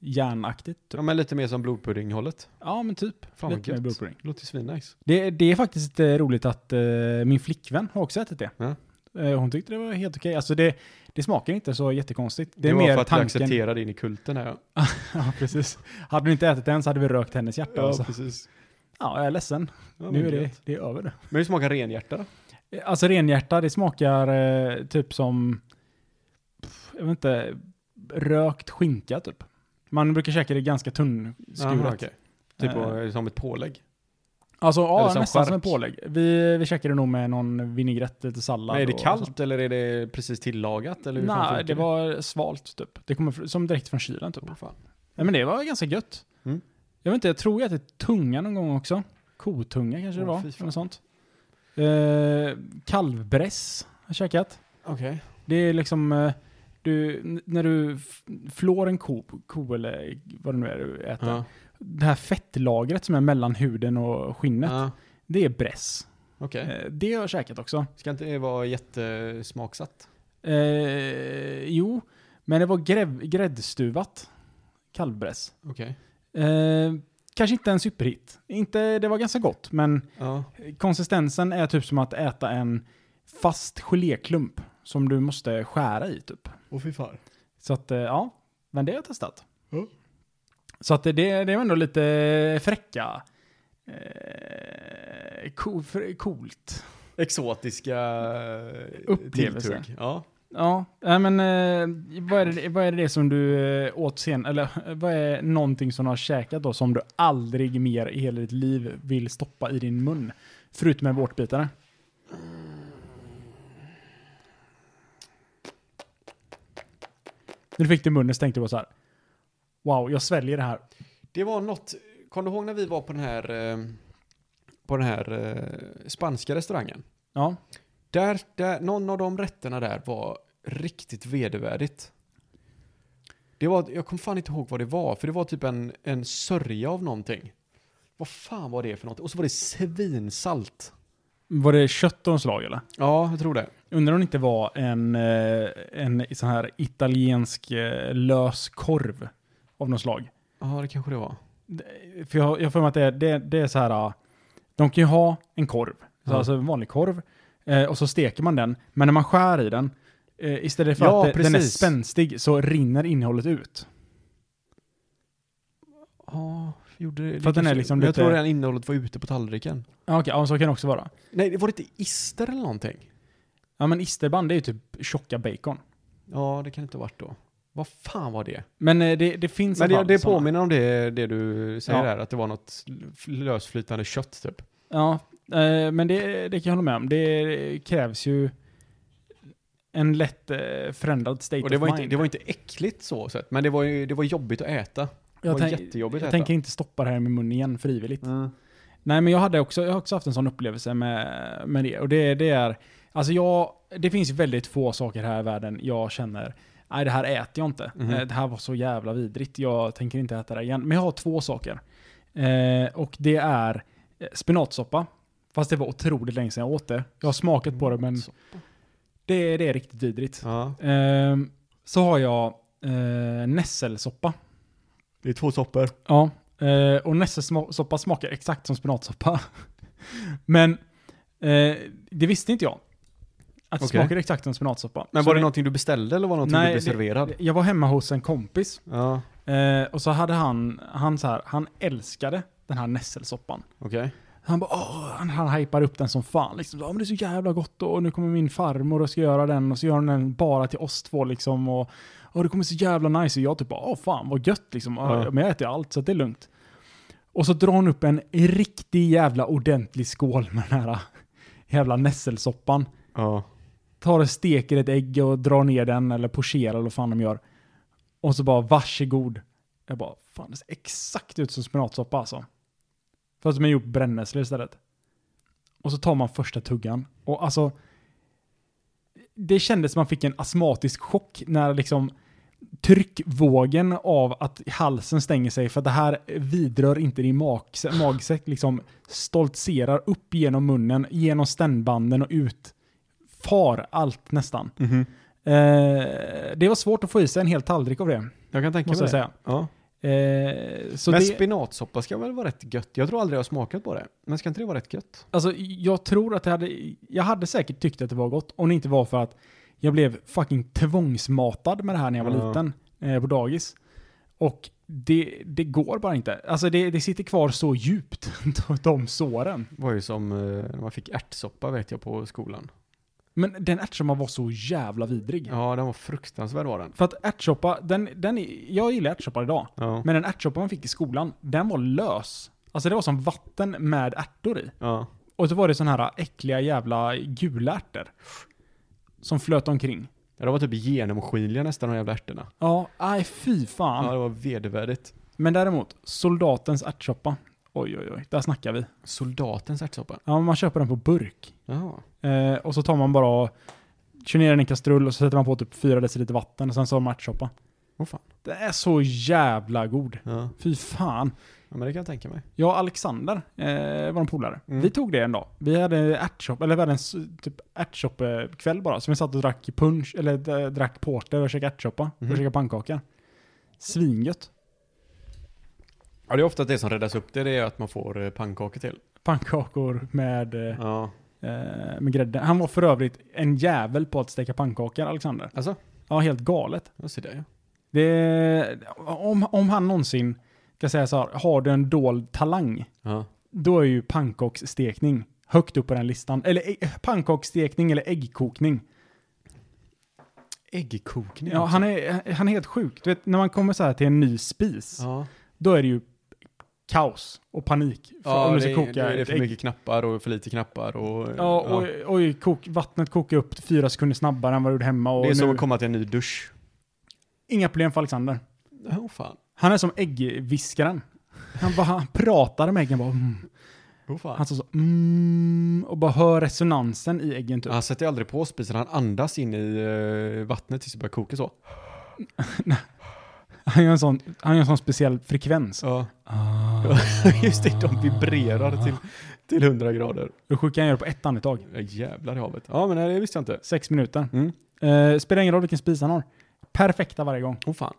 Speaker 1: järnaktigt. Typ.
Speaker 3: Ja, men lite mer som blodpuddinghållet.
Speaker 1: Ja, men typ.
Speaker 3: Fan vad
Speaker 1: lite mer
Speaker 3: gött.
Speaker 1: blodpudding.
Speaker 3: Låter svinnice.
Speaker 1: Det, det är faktiskt eh, roligt att eh, min flickvän har också ätit det.
Speaker 3: Ja.
Speaker 1: Eh, hon tyckte det var helt okej. Alltså det, det smakar inte så jättekonstigt. Det är
Speaker 3: var
Speaker 1: mer
Speaker 3: för att jag
Speaker 1: tanken.
Speaker 3: accepterade in i kulten här. Ja,
Speaker 1: ja, precis. Hade vi inte ätit den så hade vi rökt hennes hjärta. Ja, alltså.
Speaker 3: precis.
Speaker 1: ja jag är ledsen.
Speaker 3: Ja,
Speaker 1: nu
Speaker 3: men
Speaker 1: är det,
Speaker 3: gött.
Speaker 1: det är över.
Speaker 3: Men hur smakar renhjärta då?
Speaker 1: Eh, Alltså renhjärta, det smakar eh, typ som, pff, jag vet inte, rökt skinka typ. Man brukar käka det ganska tunnskuret.
Speaker 3: Jaha, okej. Typ
Speaker 1: Eh.
Speaker 3: eh. som ett pålägg?
Speaker 1: Alltså
Speaker 3: Eller
Speaker 1: ja,
Speaker 3: som
Speaker 1: nästan som en
Speaker 3: chark.
Speaker 1: pålägg. Vi, vi käkade det nog med någon vinägrett, lite sallad.
Speaker 3: Men är det
Speaker 1: och sånt.
Speaker 3: kallt eller är det precis tillagat? Eller hur fan
Speaker 1: Nej,
Speaker 3: funkar
Speaker 1: det var svalt typ. Det kommer fr- som direkt från kylen typ.
Speaker 3: Åh, fan.
Speaker 1: Nej, men det var ganska gött.
Speaker 3: Mm.
Speaker 1: Jag vet inte, jag tror jag ätit tunga någon gång också. Kotunga kanske det
Speaker 3: Åh,
Speaker 1: var.
Speaker 3: fy fan.
Speaker 1: Eller något sånt. Eh, kalvbräss har jag käkat.
Speaker 3: Okej.
Speaker 1: Det är liksom, eh, du, n- när du f- flår en ko, ko eller vad det nu är du äter.
Speaker 3: Ja.
Speaker 1: Det här fettlagret som är mellan huden och skinnet,
Speaker 3: Ja.
Speaker 1: det är bräss.
Speaker 3: Okej.
Speaker 1: Eh, det har jag käkat också.
Speaker 3: Ska inte det vara jättesmaksatt?
Speaker 1: Eh, jo, men det var gräv, gräddstuvat kalvbräss.
Speaker 3: Okej.
Speaker 1: Eh, kanske inte en superhit. Inte, det var ganska gott, men
Speaker 3: Ja.
Speaker 1: konsistensen är typ som att äta en fast geléklump som du måste skära i typ.
Speaker 3: Och fy fan.
Speaker 1: Så att, eh, ja, men det har jag testat.
Speaker 3: Ja.
Speaker 1: Så att det, det var ändå lite fräcka, eh, co- fr- coolt.
Speaker 3: Exotiska eh,
Speaker 1: Upplevelser.
Speaker 3: tilltugg. Ja.
Speaker 1: Ja, nej, men eh, vad, är det, vad är det som du eh, åt sen, eller eh, vad är någonting som du har käkat då som du aldrig mer i hela ditt liv vill stoppa i din mun? Förutom en vårtbitare. När du fick det i munnen så tänkte du bara så här. Wow, jag sväljer det här.
Speaker 3: Det var något, kom du ihåg när vi var på den här, eh, på den här eh, spanska restaurangen?
Speaker 1: Ja,
Speaker 3: Där, där, någon av de rätterna där var riktigt vedervärdigt. Det var, jag kommer fan inte ihåg vad det var, för det var typ en, en sörja av någonting. Vad fan var det för något? Och så var det svinsalt.
Speaker 1: var det kött och en slag eller?
Speaker 3: Ja, jag tror det.
Speaker 1: Undrar om det inte var en, eh, en sån här italiensk eh, lös korv av något slag.
Speaker 3: Ja, det kanske det var.
Speaker 1: Det- För jag, jag får mig att det, är- det, det är så här, ah, de kan ju ha en korv, så
Speaker 3: Ja.
Speaker 1: alltså en vanlig korv, eh, och så steker man den, men när man skär i den, eh, istället för
Speaker 3: Ja,
Speaker 1: att det- den är
Speaker 3: precis.
Speaker 1: spänstig så rinner innehållet ut.
Speaker 3: Ja, gjorde det.
Speaker 1: För att den är liksom
Speaker 3: Men Jag
Speaker 1: lite-
Speaker 3: tror redan innehållet var ute på tallriken.
Speaker 1: Ja, okej, ja, så kan det också vara.
Speaker 3: Nej, det var inte ister eller någonting?
Speaker 1: Ja, men isterband det är ju typ tjocka bacon.
Speaker 3: Ja, det kan inte ha varit då. Vad fan var det?
Speaker 1: Men eh, det, det finns
Speaker 3: Men
Speaker 1: i
Speaker 3: det,
Speaker 1: alla
Speaker 3: det
Speaker 1: fall såna.
Speaker 3: påminner om det, det du säger
Speaker 1: Ja.
Speaker 3: där, att det var något lösflytande kött typ.
Speaker 1: Ja, eh, men det, det kan jag hålla med om. Det krävs ju en lätt eh, förändrad state
Speaker 3: Och det
Speaker 1: of
Speaker 3: var,
Speaker 1: mind.
Speaker 3: inte, det var inte äckligt så sett, men det var, ju, det var jobbigt att äta.
Speaker 1: jag
Speaker 3: var
Speaker 1: tänk-
Speaker 3: jättejobbigt
Speaker 1: jag
Speaker 3: att
Speaker 1: tänker
Speaker 3: äta.
Speaker 1: inte stoppa det här med munnen igen frivilligt.
Speaker 2: Mm.
Speaker 1: Nej, men jag, hade också, jag har också haft en sån upplevelse med, med det. Och det, det är, alltså jag, det finns väldigt få saker här i världen jag känner, nej det här äter jag inte.
Speaker 3: Mhm.
Speaker 1: Eh, Det här var så jävla vidrigt, jag tänker inte äta det igen. Men jag har två saker. Eh, och det är eh, spinatsoppa, fast det var otroligt länge sedan jag åt det. Jag har smakat på det, men
Speaker 3: Så.
Speaker 1: det, det är riktigt vidrigt.
Speaker 3: Ja.
Speaker 1: Ehm, så har jag eh, nässelsoppa.
Speaker 3: Det är två soppor.
Speaker 1: Ja, eh, och nässelsoppa smakar exakt som spinatsoppa. Men eh, det visste inte jag. Att det
Speaker 3: Okej.
Speaker 1: smakar exakt som spinatsoppa.
Speaker 3: Men
Speaker 1: Så
Speaker 3: var det någonting du beställde eller var det någonting
Speaker 1: Nej,
Speaker 3: du blev
Speaker 1: det-
Speaker 3: serverad?
Speaker 1: Jag var hemma hos en kompis
Speaker 3: Ja,
Speaker 1: eh, och så hade han, han så här, han älskade den här nässelsoppan.
Speaker 3: okej.
Speaker 1: Han bara åh, han, han hypar upp den som fan. Liksom, ja, men det är så jävla gott och nu kommer min farmor och ska göra den och så gör hon den bara till oss två liksom. Och, och det kommer så jävla nice och jag typ bara åh fan vad gött liksom. Ja,
Speaker 3: Ja.
Speaker 1: Men jag äter allt så att det är lugnt. Och så drar hon upp en riktig jävla ordentlig skål med den här jävla nässelsoppan.
Speaker 3: Ja.
Speaker 1: Tar och steker ett ägg och drar ner den eller pocherar eller vad fan de gör. Och så bara varsågod. Jag bara fan det ser exakt ut som spinatsoppa alltså. Fast de har gjort brännässlor istället. Och så tar man första tuggan. Och alltså. Det kändes som man fick en astmatisk chock när liksom tryckvågen av att halsen stänger sig för att det här vidrör inte din magse- magsäck liksom stoltserar upp genom munnen, genom stämbanden och ut. Far allt nästan.
Speaker 3: Mm-hmm.
Speaker 1: Eh, det var svårt att få i sig en hel tallrik av det,
Speaker 3: Jag kan tänka mig
Speaker 1: måste
Speaker 3: det.
Speaker 1: jag säga.
Speaker 3: Ja.
Speaker 1: Eh, så
Speaker 3: men
Speaker 1: det,
Speaker 3: spinatsoppa ska väl vara rätt gött? Jag tror aldrig jag har smakat på det. Men ska inte det vara rätt gött?
Speaker 1: alltså, jag tror att det hade, jag hade säkert tyckt att det var gott om det inte var för att jag blev fucking tvångsmatad med det här när jag var
Speaker 3: Ja.
Speaker 1: liten eh, på dagis. Och det, det går bara inte. Alltså det, det sitter kvar så djupt, de- de såren.
Speaker 3: Det var ju som eh, när man fick ärtsoppa vet jag på skolan.
Speaker 1: Men den ärtsoppan var så jävla vidrig.
Speaker 3: Ja, den var fruktansvärd var den.
Speaker 1: För att ärtsoppa, den, den, är- jag gillar ärtsoppa idag.
Speaker 3: Ja.
Speaker 1: Men den ärtsoppa man fick i skolan, den var lös. Alltså det var som vatten med ärtor i.
Speaker 3: ja.
Speaker 1: Och så var det såna här äckliga jävla gula ärtor. Som flöt omkring.
Speaker 3: Ja, de var typ genomskinliga nästan de jävla ärtorna.
Speaker 1: Ja, nej fy fan.
Speaker 3: Ja, det var vedervärdigt.
Speaker 1: Men däremot, soldatens ärtsoppa. Oj, oj, oj. Där snackar vi.
Speaker 3: Soldatens ärtsoppa.
Speaker 1: Ja, man köper den på burk.
Speaker 3: Ja.
Speaker 1: Eh, och så tar man bara och kör ner den i en kastrull och så sätter man på typ 4 deciliter vatten och sen så har man ärtsoppa.
Speaker 3: Åh fan.
Speaker 1: Det är så jävla god.
Speaker 3: Ja.
Speaker 1: Fy fan.
Speaker 3: ja, men det kan jag tänka mig.
Speaker 1: Jag och Alexander, eh, vår polare,
Speaker 3: Mm.
Speaker 1: vi tog det en dag. Vi hade ärtshop, eller vi hade en s- typ ärtshoppekväll bara. Så vi satt och drack punch, eller d- drack porter och käkade ärtsoppa
Speaker 3: Mhm.
Speaker 1: och käkade pannkaka. Svingött.
Speaker 3: Ja, det är ofta det som räddas upp det, det är att man får eh, pannkakor till.
Speaker 1: Pannkakor med, eh,
Speaker 3: Ja.
Speaker 1: eh, med grädde. Han var för övrigt en jävel på att steka pannkakor, Alexander.
Speaker 3: Alltså,
Speaker 1: Ja, helt galet.
Speaker 3: jag ser det ja.
Speaker 1: Det, om, om han någonsin ska säga så här, har du en dold talang?
Speaker 3: Ja.
Speaker 1: då är ju pannkaksstekning högt upp på den listan. Eller ä- pannkaksstekning eller äggkokning.
Speaker 3: Äggkokning
Speaker 1: Ja,
Speaker 3: också.
Speaker 1: han, är, han är helt sjuk. Du vet, när man kommer så här till en ny spis,
Speaker 3: Ja.
Speaker 1: då är det ju kaos och panik. För
Speaker 3: Ja,
Speaker 1: om du
Speaker 3: det,
Speaker 1: ska koka
Speaker 3: det, det är
Speaker 1: ett
Speaker 3: för
Speaker 1: ägg.
Speaker 3: mycket knappar och för lite knappar och...
Speaker 1: Ja, och, oj, kok, vattnet kokar upp fyra sekunder snabbare än vad du gjorde hemma. Och
Speaker 3: det är som
Speaker 1: nu,
Speaker 3: att komma till en ny dusch.
Speaker 1: Inga problem för Alexander.
Speaker 3: Åh oh fan.
Speaker 1: Han är som äggviskaren. Han, bara, han pratar med äggen bara, mm.
Speaker 3: Åh Oh fan.
Speaker 1: Han
Speaker 3: Han,
Speaker 1: sa så, mm, och bara hör resonansen i äggen typ.
Speaker 3: sätter ju aldrig på spisen, han andas in i eh, vattnet tills det börjar koka så.
Speaker 1: Han gör en sån, han gör en sån speciell frekvens. Ah.
Speaker 3: Ja. Just det, de vibrerar till, till 100 grader.
Speaker 1: Hur sjuk kan jag göra på ett andetag?
Speaker 3: Ja, jävlar i havet. Ja, men nej, det visste jag inte.
Speaker 1: Sex minuter.
Speaker 3: Mm.
Speaker 1: Eh, spelar ingen roll vilken spis han har. Perfekta varje gång.
Speaker 3: Åh Oh fan.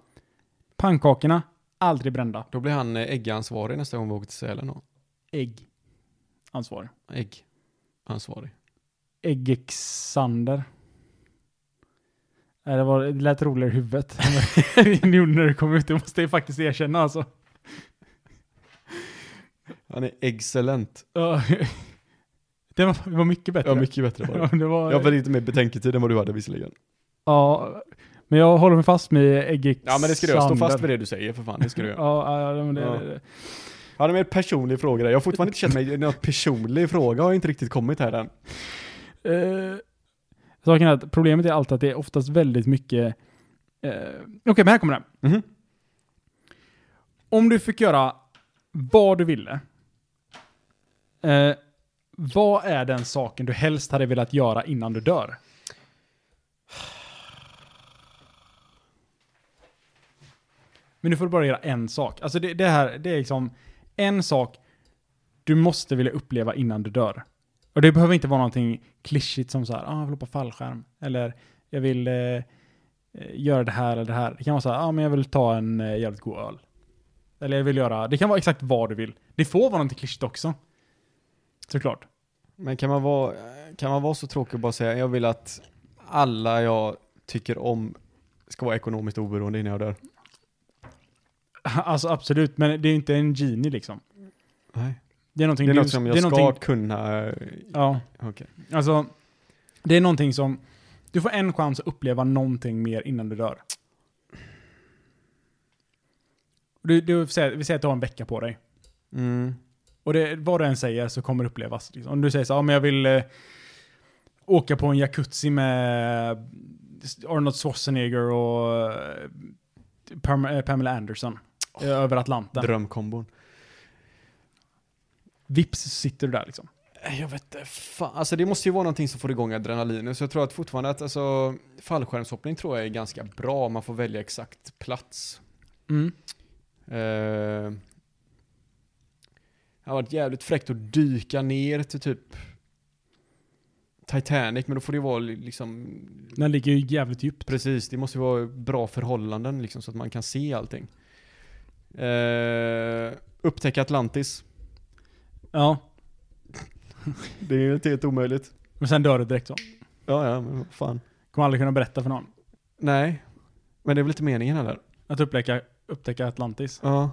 Speaker 1: Pannkakorna, aldrig brända.
Speaker 3: Då blir han eh, äggansvarig nästa gång vi åker till Sälen då.
Speaker 1: Ägg. Ansvarig.
Speaker 3: Äggansvarig.
Speaker 1: Äggexander. Nej, det, var, det lät roligare i huvudet. det gjorde när det kom ut, det måste jag faktiskt erkänna alltså.
Speaker 3: Han är excellent.
Speaker 1: Ja, det, var, det var mycket bättre.
Speaker 3: Ja, mycket bättre var
Speaker 1: Ja,
Speaker 3: det.
Speaker 1: det var,
Speaker 3: Jag hade lite mer betänketid än vad du hade visserligen.
Speaker 1: ja, men jag håller mig fast med äggexander.
Speaker 3: Ja, men det ska du göra. Stå fast vid det du säger för fan. Det ska du göra.
Speaker 1: Ja, ja, men det,
Speaker 3: Ja.
Speaker 1: det, det.
Speaker 3: Jag hade en mer personlig fråga där. Jag har fortfarande inte känt mig, någon personlig fråga har inte riktigt kommit här än.
Speaker 1: Eh, Saken är att problemet är alltid att det är oftast väldigt mycket... Eh, Okej, men här kommer den.
Speaker 3: Mhm.
Speaker 1: Om du fick göra vad du ville, eh, vad är den saken du helst hade velat göra innan du dör? Men du får bara göra en sak. Alltså det, det här, det är liksom en sak du måste vilja uppleva innan du dör. Och det behöver inte vara någonting klyschigt som så här, ah, jag vill hoppa fallskärm, eller jag vill eh, eh, göra det här eller det här. Det kan vara så här, ah, men jag vill ta en eh, jävligt god öl. Eller jag vill göra, det kan vara exakt vad du vill. Det får vara någonting klyschigt också. Såklart.
Speaker 3: Men kan man, vara, kan man vara så tråkig och bara säga jag vill att alla jag tycker om ska vara ekonomiskt oberoende innan jag dör?
Speaker 1: Alltså absolut, men det är inte en genie liksom.
Speaker 3: Nej.
Speaker 1: Det är någonting
Speaker 3: Det är
Speaker 1: du-
Speaker 3: något som jag
Speaker 1: det är
Speaker 3: ska
Speaker 1: någonting-
Speaker 3: kunna... eh,
Speaker 1: Ja.
Speaker 3: Okej.
Speaker 1: Alltså, det är någonting som... Du får en chans att uppleva någonting mer innan du dör. Du, du, säger- vi säger att du har en vecka på dig.
Speaker 3: Mm.
Speaker 1: Och det, vad du än säger så kommer det upplevas. Liksom. Om du säger så här, ah, men jag vill eh, åka på en jacuzzi med Arnold Schwarzenegger och eh, Pam- eh, Pamela Anderson. eh, Över Atlanten.
Speaker 3: Drömkombon.
Speaker 1: Vips så sitter du där liksom.
Speaker 3: Jag vet inte, fan. Alltså det måste ju vara någonting som får igång adrenalinet. Så jag tror att fortfarande att alltså, fallskärmshoppning tror jag är ganska bra. om Man får välja exakt plats.
Speaker 1: Mm.
Speaker 3: Eh, det har varit jävligt fräckt att dyka ner till typ Titanic, men då får det ju vara li- liksom
Speaker 1: Den ligger ju jävligt djupt.
Speaker 3: Precis, det måste ju vara bra förhållanden liksom, så att man kan se allting. Eh, upptäcka Atlantis.
Speaker 1: Ja,
Speaker 3: Det är ju inte helt omöjligt.
Speaker 1: men sen dör du direkt så.
Speaker 3: Ja, ja, men vad fan.
Speaker 1: Kommer aldrig kunna berätta för någon.
Speaker 3: Nej, men det är väl inte meningen heller?
Speaker 1: Att upptäcka, upptäcka Atlantis.
Speaker 3: Ja.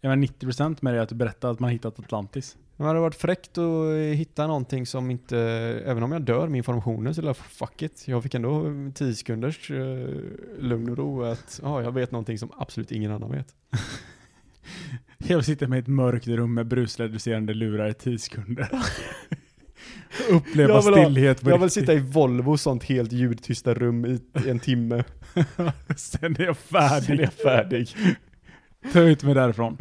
Speaker 1: Jag menar 90% med det är att du berättar att man har hittat Atlantis.
Speaker 3: Men det hade varit fräckt att eh, hitta någonting som inte, även om jag dör med informationen så är det fuck it. Jag fick ändå 10 sekunders eh, lugn och ro att ja, jag vet någonting som absolut ingen annan vet.
Speaker 1: Jag sitter med ett mörkt rum med brusreducerande lurar i 10 sekunder. Uppleva
Speaker 3: Jag vill ha-
Speaker 1: stillhet på
Speaker 3: Jag vill
Speaker 1: riktigt.
Speaker 3: sitta i Volvo sånt helt ljudtysta rum i en timme.
Speaker 1: Sen är jag
Speaker 3: Sen är
Speaker 1: färdig.
Speaker 3: jag färdig.
Speaker 1: Ta ut mig därifrån.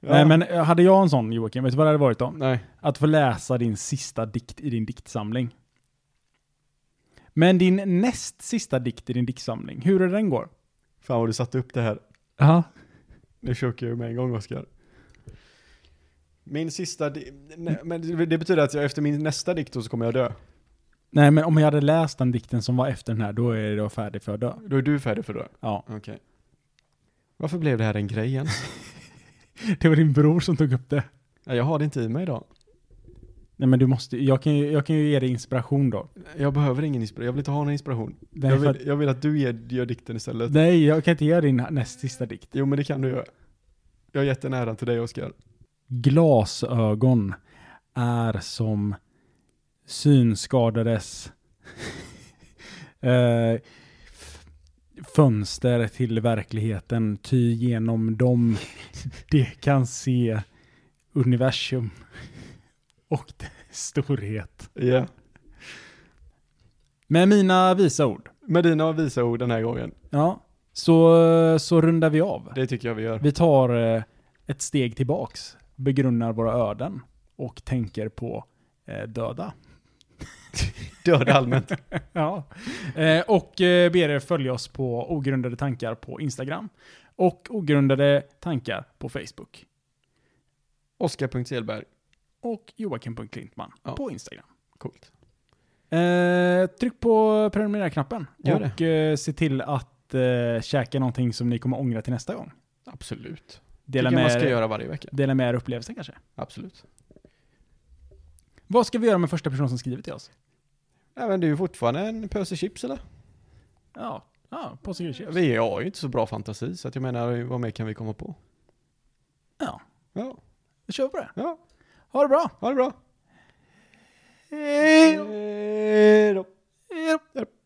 Speaker 1: Nej men eh, hade jag en sån Joakim, vet du vad det hade varit då?
Speaker 3: Nej.
Speaker 1: Att få läsa din sista dikt i din diktsamling. Men din näst sista dikt i din diktsamling, hur är det den går?
Speaker 3: Fan vad du satte upp det här.
Speaker 1: Ja.
Speaker 3: Nu chokar jag med en gång Oskar. Min sista, di- nej, men det det betyder att jag efter min nästa dikt då så kommer jag dö.
Speaker 1: Nej men om jag hade läst den dikten som var efter den här, då är jag färdig för att dö.
Speaker 3: Då är du färdig för då?
Speaker 1: Ja.
Speaker 3: Okej. Varför blev det här en grej igen?
Speaker 1: Det var din bror som tog upp det.
Speaker 3: Nej, jag har det inte i mig idag.
Speaker 1: Nej men du måste, jag kan ju, jag kan ju ge dig inspiration då.
Speaker 3: Jag behöver ingen inspiration, jag vill inte ha någon inspiration.
Speaker 1: Nej,
Speaker 3: jag,
Speaker 1: för
Speaker 3: vill, jag vill att du ger, gör dikten istället.
Speaker 1: att, nej jag kan inte ge din näst sista dikt.
Speaker 3: Jo men det kan du göra. Jag har gett den äran till dig Oskar.
Speaker 1: Glasögon är som synskadades eh, fönster till verkligheten, ty genom dem de kan se universum och dess storhet.
Speaker 3: Ja.
Speaker 1: Med mina visa ord,
Speaker 3: Med dina visa ord den här gången.
Speaker 1: ja, så, så rundar vi av.
Speaker 3: Det tycker jag vi gör.
Speaker 1: Vi tar eh, ett steg tillbaks, begrunnar våra öden och tänker på eh, döda.
Speaker 3: Dör det allmänt.
Speaker 1: Ja. Eh, och eh, ber er följa oss på ogrundade tankar på Instagram och ogrundade tankar på Facebook
Speaker 3: Oskar.selberg.
Speaker 1: och Joakim.Klintman
Speaker 3: Ja.
Speaker 1: på Instagram.
Speaker 3: Coolt.
Speaker 1: Eh, tryck på prenumerera-knappen
Speaker 3: Gör
Speaker 1: och eh, se till att eh, käka någonting som ni kommer ångra till nästa gång.
Speaker 3: Absolut.
Speaker 1: Dela
Speaker 3: tycker jag
Speaker 1: med,
Speaker 3: man ska
Speaker 1: er,
Speaker 3: göra varje vecka.
Speaker 1: dela med er upplevelsen kanske.
Speaker 3: Absolut.
Speaker 1: Vad ska vi göra med första personen som skriver till oss?
Speaker 3: Nej men det är ju fortfarande en pöse chips eller?
Speaker 1: Ja, ja påse grillchips.
Speaker 3: Vi har ju inte så bra fantasi så att jag menar vad mer kan vi komma på?
Speaker 1: Ja,
Speaker 3: Ja,
Speaker 1: då kör vi på det.
Speaker 3: ja.
Speaker 1: Ha det bra!
Speaker 3: Ha det bra.
Speaker 1: Hej
Speaker 3: Hej då.
Speaker 1: då.
Speaker 3: Hej då.